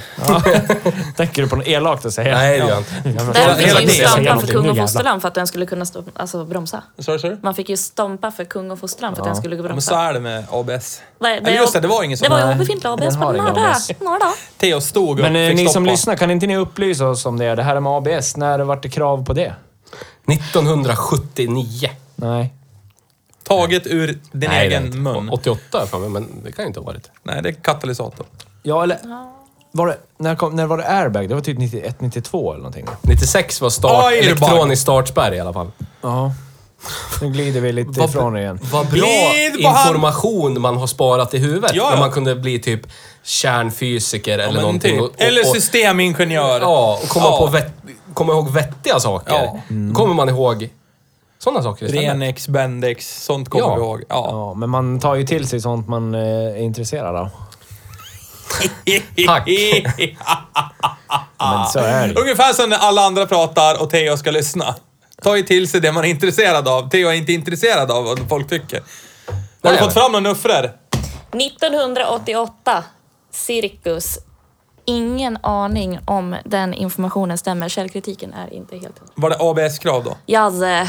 Speaker 1: Tänker du på något elakt att säga?
Speaker 3: Nej, det gör jag inte.
Speaker 4: Där fick
Speaker 2: Hela
Speaker 4: ju
Speaker 2: det.
Speaker 4: stampa för kung
Speaker 1: Nu
Speaker 4: och
Speaker 1: jävlar.
Speaker 4: fosterland för att den skulle kunna stå, alltså, bromsa.
Speaker 2: Sorry, sorry.
Speaker 4: Man fick ju stampa för kung och fosterland för att den skulle gå
Speaker 2: Men så
Speaker 4: bromsa.
Speaker 2: är det med ABS.
Speaker 4: Nej,
Speaker 2: Eller just det, det var ingen
Speaker 4: Det
Speaker 2: sån.
Speaker 4: var ju obefintlig ABS
Speaker 1: Den har
Speaker 4: på den
Speaker 1: ingen
Speaker 4: här. där.
Speaker 1: ABS.
Speaker 4: Några dagar.
Speaker 2: Theo stod upp
Speaker 1: Men eh,
Speaker 2: fick
Speaker 1: ni som
Speaker 2: stoppa.
Speaker 1: lyssnar, kan inte ni upplysa oss om det? Det här med ABS, när vart det krav på det?
Speaker 3: 1979.
Speaker 1: Nej.
Speaker 2: Taget ur din
Speaker 3: Nej, det är
Speaker 2: egen
Speaker 3: inte.
Speaker 2: mun.
Speaker 3: 88 har jag för mig, men det kan ju inte ha varit.
Speaker 2: Nej, det är katalysator.
Speaker 1: Ja, eller... Var det, när, kom, när var det airbag? Det var typ 91, 92 eller någonting.
Speaker 3: 96 var start,
Speaker 2: Oj, det är
Speaker 3: elektronisk startspärr i alla fall.
Speaker 1: Ja. Nu glider vi lite
Speaker 3: Vad-
Speaker 1: ifrån det igen.
Speaker 3: Vad bra
Speaker 2: Glid på hand!
Speaker 3: information man har sparat i huvudet.
Speaker 2: Ja, ja.
Speaker 3: När man kunde bli typ kärnfysiker eller
Speaker 2: Men
Speaker 3: någonting.
Speaker 2: typ.
Speaker 3: och- och-
Speaker 2: Eller
Speaker 3: och-
Speaker 2: systemingenjör.
Speaker 3: Ja, och komma,
Speaker 2: Ja.
Speaker 3: På vett, komma ihåg vettiga saker.
Speaker 2: Ja.
Speaker 1: Mm.
Speaker 3: Då kommer man ihåg sådana saker istället.
Speaker 2: Renex, Bendix, sånt kommer
Speaker 3: Ja.
Speaker 2: vi ihåg. Ja.
Speaker 1: Ja, men man tar ju till sig sånt man eh, är intresserad av.
Speaker 3: Tack.
Speaker 1: Men så är det ju.
Speaker 3: Ah.
Speaker 2: Ungefär som när alla andra pratar och Theo ska lyssna. tar ju till sig det man är intresserad av. Theo är inte intresserad av vad folk tycker. Har du
Speaker 3: Nej,
Speaker 2: fått
Speaker 3: men-
Speaker 2: fram några nuffror?
Speaker 4: 1988, cirkus. Ingen aning om den informationen stämmer. Källkritiken är inte helt...
Speaker 2: Var det ABS-krav då?
Speaker 4: Jazz. eh,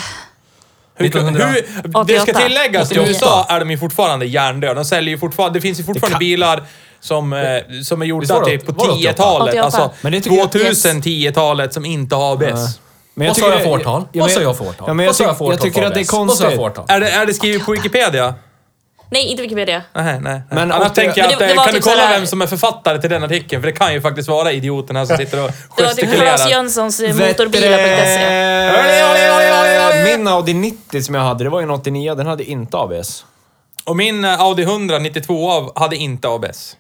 Speaker 2: Hur,
Speaker 3: 1900.
Speaker 2: hur, det ska
Speaker 4: 88.
Speaker 2: tilläggas, i
Speaker 4: 88.
Speaker 2: USA är de ju fortfarande hjärndöda. De säljer ju fortfarande, det finns ju fortfarande
Speaker 3: kan-
Speaker 2: bilar som, eh, som är
Speaker 3: Visst var
Speaker 2: gjorda
Speaker 3: det
Speaker 2: typ på
Speaker 3: 88?
Speaker 2: 10-talet.
Speaker 4: 88.
Speaker 2: Alltså
Speaker 1: Men det tycker jag-
Speaker 2: 2010-talet som inte har ABS.
Speaker 1: Men
Speaker 3: Vad sa
Speaker 1: tycker-
Speaker 3: jag för årtal?
Speaker 1: men-
Speaker 3: Vad sa jag för årtal?
Speaker 1: Ja, men jag,
Speaker 3: Vad sa
Speaker 1: tycker-
Speaker 3: jag för årtal
Speaker 1: jag tycker
Speaker 3: för
Speaker 1: att det är
Speaker 3: ABS? Vad sa jag för
Speaker 1: konstigt.
Speaker 3: årtal?
Speaker 2: Är det, är det skrivet på Wikipedia?
Speaker 4: Nej, inte Wikipedia.
Speaker 2: Nej, nej.
Speaker 1: Men
Speaker 2: Men Annars
Speaker 1: 80
Speaker 2: tänker jag
Speaker 4: Men
Speaker 2: att,
Speaker 4: det- det
Speaker 2: eh,
Speaker 4: var
Speaker 2: kan du
Speaker 4: typ
Speaker 2: kolla
Speaker 4: sådär-
Speaker 2: vem som är författare till den artikeln? För det kan ju faktiskt vara idioten här som sitter och
Speaker 4: Det var typ Claes
Speaker 2: gestikulerar.
Speaker 4: Jönssons eh,
Speaker 1: Vet du
Speaker 4: motorbilar.se.
Speaker 1: det?
Speaker 2: Olé, olé, olé, olé, olé.
Speaker 1: Eh, Min Audi 90 som jag hade, det var ju en 89, den hade inte ABS.
Speaker 2: Och min eh, Audi 100 92 av hade inte ABS.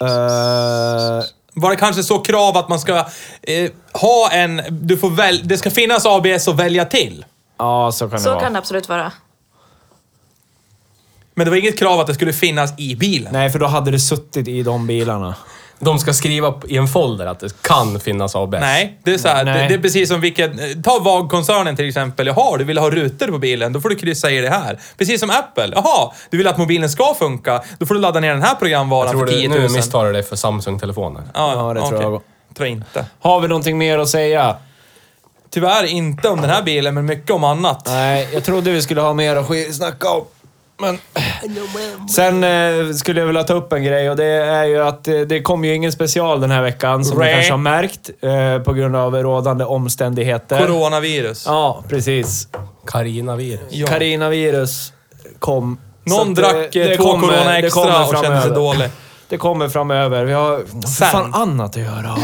Speaker 1: Eh,
Speaker 2: Var det kanske så krav att man ska eh, ha en... Du får väl, det ska finnas ABS att välja till.
Speaker 1: Ja, så kan det
Speaker 4: Så
Speaker 1: vara.
Speaker 4: kan det absolut vara.
Speaker 2: Men det var inget krav att det skulle finnas i bilen.
Speaker 1: Nej, för då hade det suttit i de bilarna.
Speaker 3: De ska skriva p- i en folder att det kan finnas ABS.
Speaker 2: Nej, det är så här, det,
Speaker 1: Nej.
Speaker 2: det är precis som vilken... eh, Ta VAG-koncernen till exempel. Jaha, du vill ha rutor på bilen, då får du kryssa i det här. Precis som Apple. Jaha, du vill att mobilen ska funka, då får du ladda ner den här
Speaker 3: Jag
Speaker 2: programvaran för
Speaker 3: tror du,
Speaker 2: 10 000.
Speaker 3: nu misstar du dig för Samsung-telefoner.
Speaker 1: Ja, det tror
Speaker 2: okej.
Speaker 1: jag.
Speaker 2: Tror inte.
Speaker 1: Har vi någonting mer att säga?
Speaker 2: Tyvärr inte om den här bilen, men mycket om annat.
Speaker 1: Nej, jag trodde vi skulle ha mer att ske- snacka om. Men... Sen eh, skulle jag vilja ta upp en grej och det är ju att eh, det kom ju ingen special den här veckan som
Speaker 2: Nej.
Speaker 1: ni kanske har märkt eh, på grund av rådande omständigheter.
Speaker 2: Coronavirus.
Speaker 1: Ja, precis.
Speaker 3: Carina virus.
Speaker 2: Ja.
Speaker 1: Carinavirus kom. Så
Speaker 2: Någon
Speaker 1: att,
Speaker 2: drack
Speaker 1: eh,
Speaker 2: eh, två
Speaker 1: kommer-
Speaker 2: corona
Speaker 1: det
Speaker 2: extra
Speaker 1: kommer
Speaker 2: och kände sig
Speaker 1: framöver.
Speaker 2: dålig.
Speaker 1: Det kommer framöver. Vi har
Speaker 2: Sen.
Speaker 1: fan annat att göra.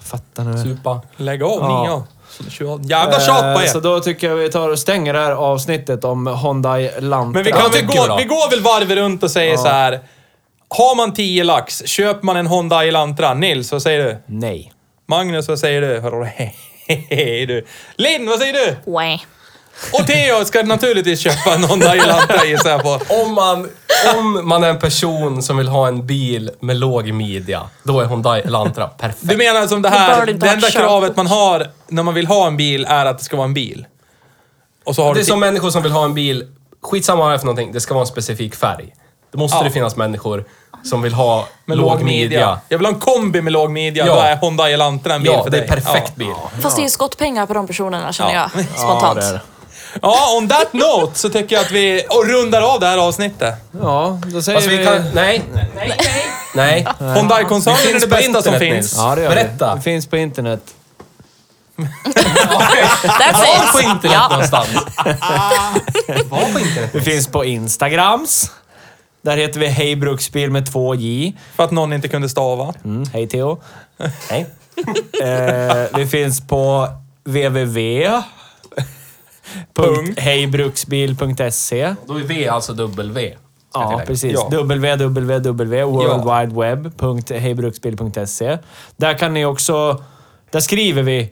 Speaker 1: Fattar ni?
Speaker 3: Supa.
Speaker 2: Lägg av
Speaker 1: Ja.
Speaker 2: ni ja. Så tjugo- Jävla tjat på
Speaker 1: Eh, Så
Speaker 2: er.
Speaker 1: då tycker jag vi tar och stänger det här avsnittet om Hyundai Lantra.
Speaker 2: Men vi, kan
Speaker 3: Ja,
Speaker 2: väl
Speaker 3: mycket
Speaker 2: gå,
Speaker 3: bra.
Speaker 2: vi går väl varvet runt och säger så här. Har man 10 lax, köper man en Honda Elantra. Nils, vad säger du?
Speaker 1: Nej.
Speaker 2: Magnus, vad säger du? du? Linn, vad säger du?
Speaker 4: Wah.
Speaker 2: Och Theo ska naturligtvis köpa en Honda Elantra gissar jag på.
Speaker 3: Om man, om man är en person som vill ha en bil med låg midja, då är Hyundai Elantra perfekt.
Speaker 2: Du menar som det
Speaker 4: Då
Speaker 2: här,
Speaker 4: bör du inte
Speaker 2: det
Speaker 4: ha
Speaker 2: enda
Speaker 4: kört.
Speaker 2: kravet man har när man vill ha en bil är att det ska vara en bil. Och så har
Speaker 3: Det
Speaker 2: du...
Speaker 3: är som människor som vill ha en bil, skitsamma vad det är för någonting, det ska vara en specifik färg. Då måste
Speaker 2: Ja.
Speaker 3: det finnas människor som vill ha
Speaker 2: med
Speaker 3: låg midja.
Speaker 2: Jag vill ha en kombi med låg midja,
Speaker 3: Ja.
Speaker 2: då är Honda Elantra en bil
Speaker 3: Ja,
Speaker 2: för
Speaker 3: det
Speaker 2: dig.
Speaker 3: är perfekt bil.
Speaker 4: Fast det är ju skottpengar på de personerna känner
Speaker 2: Ja.
Speaker 4: jag spontant.
Speaker 1: det är det.
Speaker 2: Ja. ja, on that note så tycker jag att vi och rundar av det här avsnittet.
Speaker 1: Ja, då säger
Speaker 3: Alltså,
Speaker 1: vi...
Speaker 3: vi kan, nej. Nej. nej. Vi
Speaker 2: Hyundai-koncernen är
Speaker 3: finns
Speaker 2: det
Speaker 3: på
Speaker 2: bästa som
Speaker 3: internet,
Speaker 2: finns.
Speaker 3: Nils.
Speaker 1: Ja, det gör
Speaker 3: Berätta.
Speaker 1: Vi. Det finns på internet.
Speaker 4: That's
Speaker 3: Var på
Speaker 4: it.
Speaker 3: internet någonstans. Var på internet.
Speaker 1: Vi finns på Instagrams. Där heter vi Hej Bruksbil med två J.
Speaker 2: För att någon inte kunde stava.
Speaker 1: Mm, hej Theo.
Speaker 3: Nej.
Speaker 1: Eh, vi finns på www. punkt Hejbruksbil.se.
Speaker 3: Då är V alltså W. ska
Speaker 1: Ja,
Speaker 3: jag tillägga.
Speaker 1: precis.
Speaker 2: Ja.
Speaker 1: www.worldwideweb.hejbruksbil.se. Där kan ni också... Där skriver vi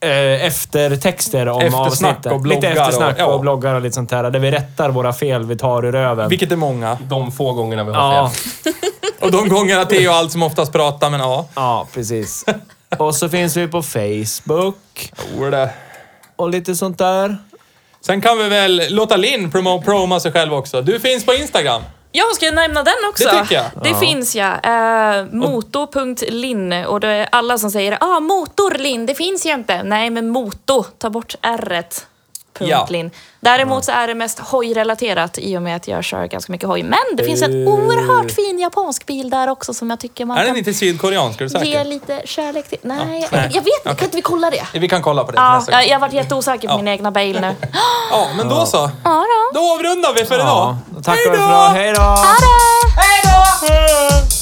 Speaker 1: eh, eftertexter om
Speaker 2: Eftersnack
Speaker 1: avsnitten.
Speaker 2: och bloggar
Speaker 1: Lite eftersnack
Speaker 2: och- ja.
Speaker 1: och bloggar och lite sånt här. Där vi rättar våra fel vi tar ur röven.
Speaker 2: Vilket är många.
Speaker 3: De få gångerna vi har
Speaker 1: Ja,
Speaker 3: fel.
Speaker 2: Och de gångerna Theo allt som oftast pratar, men ja.
Speaker 1: ja, precis. Och så finns vi på Facebook och lite sånt där.
Speaker 2: Sen kan vi väl låta Linn promo- proma sig själv också. Du finns på Instagram.
Speaker 4: Jag ska nämna den också.
Speaker 2: Det tycker jag.
Speaker 4: Det finns ja. Eh, moto.linn och det är alla som säger ah, motor-linn, det finns ju inte. Nej, men moto, ta bort r-et.
Speaker 2: Ja.
Speaker 4: Ja. Däremot så är det mest hojrelaterat i och med att jag kör ganska mycket hoj. Men det finns en oerhört fin japansk bil där också som jag tycker man
Speaker 2: Eh. Är den
Speaker 4: kan
Speaker 2: inte sydkoreansk? Är du
Speaker 4: ge
Speaker 2: säker?
Speaker 4: lite kärlek till. Nej, jag vet inte. Kan inte vi kolla det?
Speaker 2: Vi kan kolla på det till
Speaker 4: Ja,
Speaker 2: nästa gång.
Speaker 4: jag, jag har varit jätteosäker på min egna bil nu.
Speaker 2: Ja, men då så.
Speaker 4: Ja, då.
Speaker 2: Då avrundar vi för idag.
Speaker 1: Ja, tackar för idag. Hej då!
Speaker 4: Ha det!
Speaker 2: Hej då!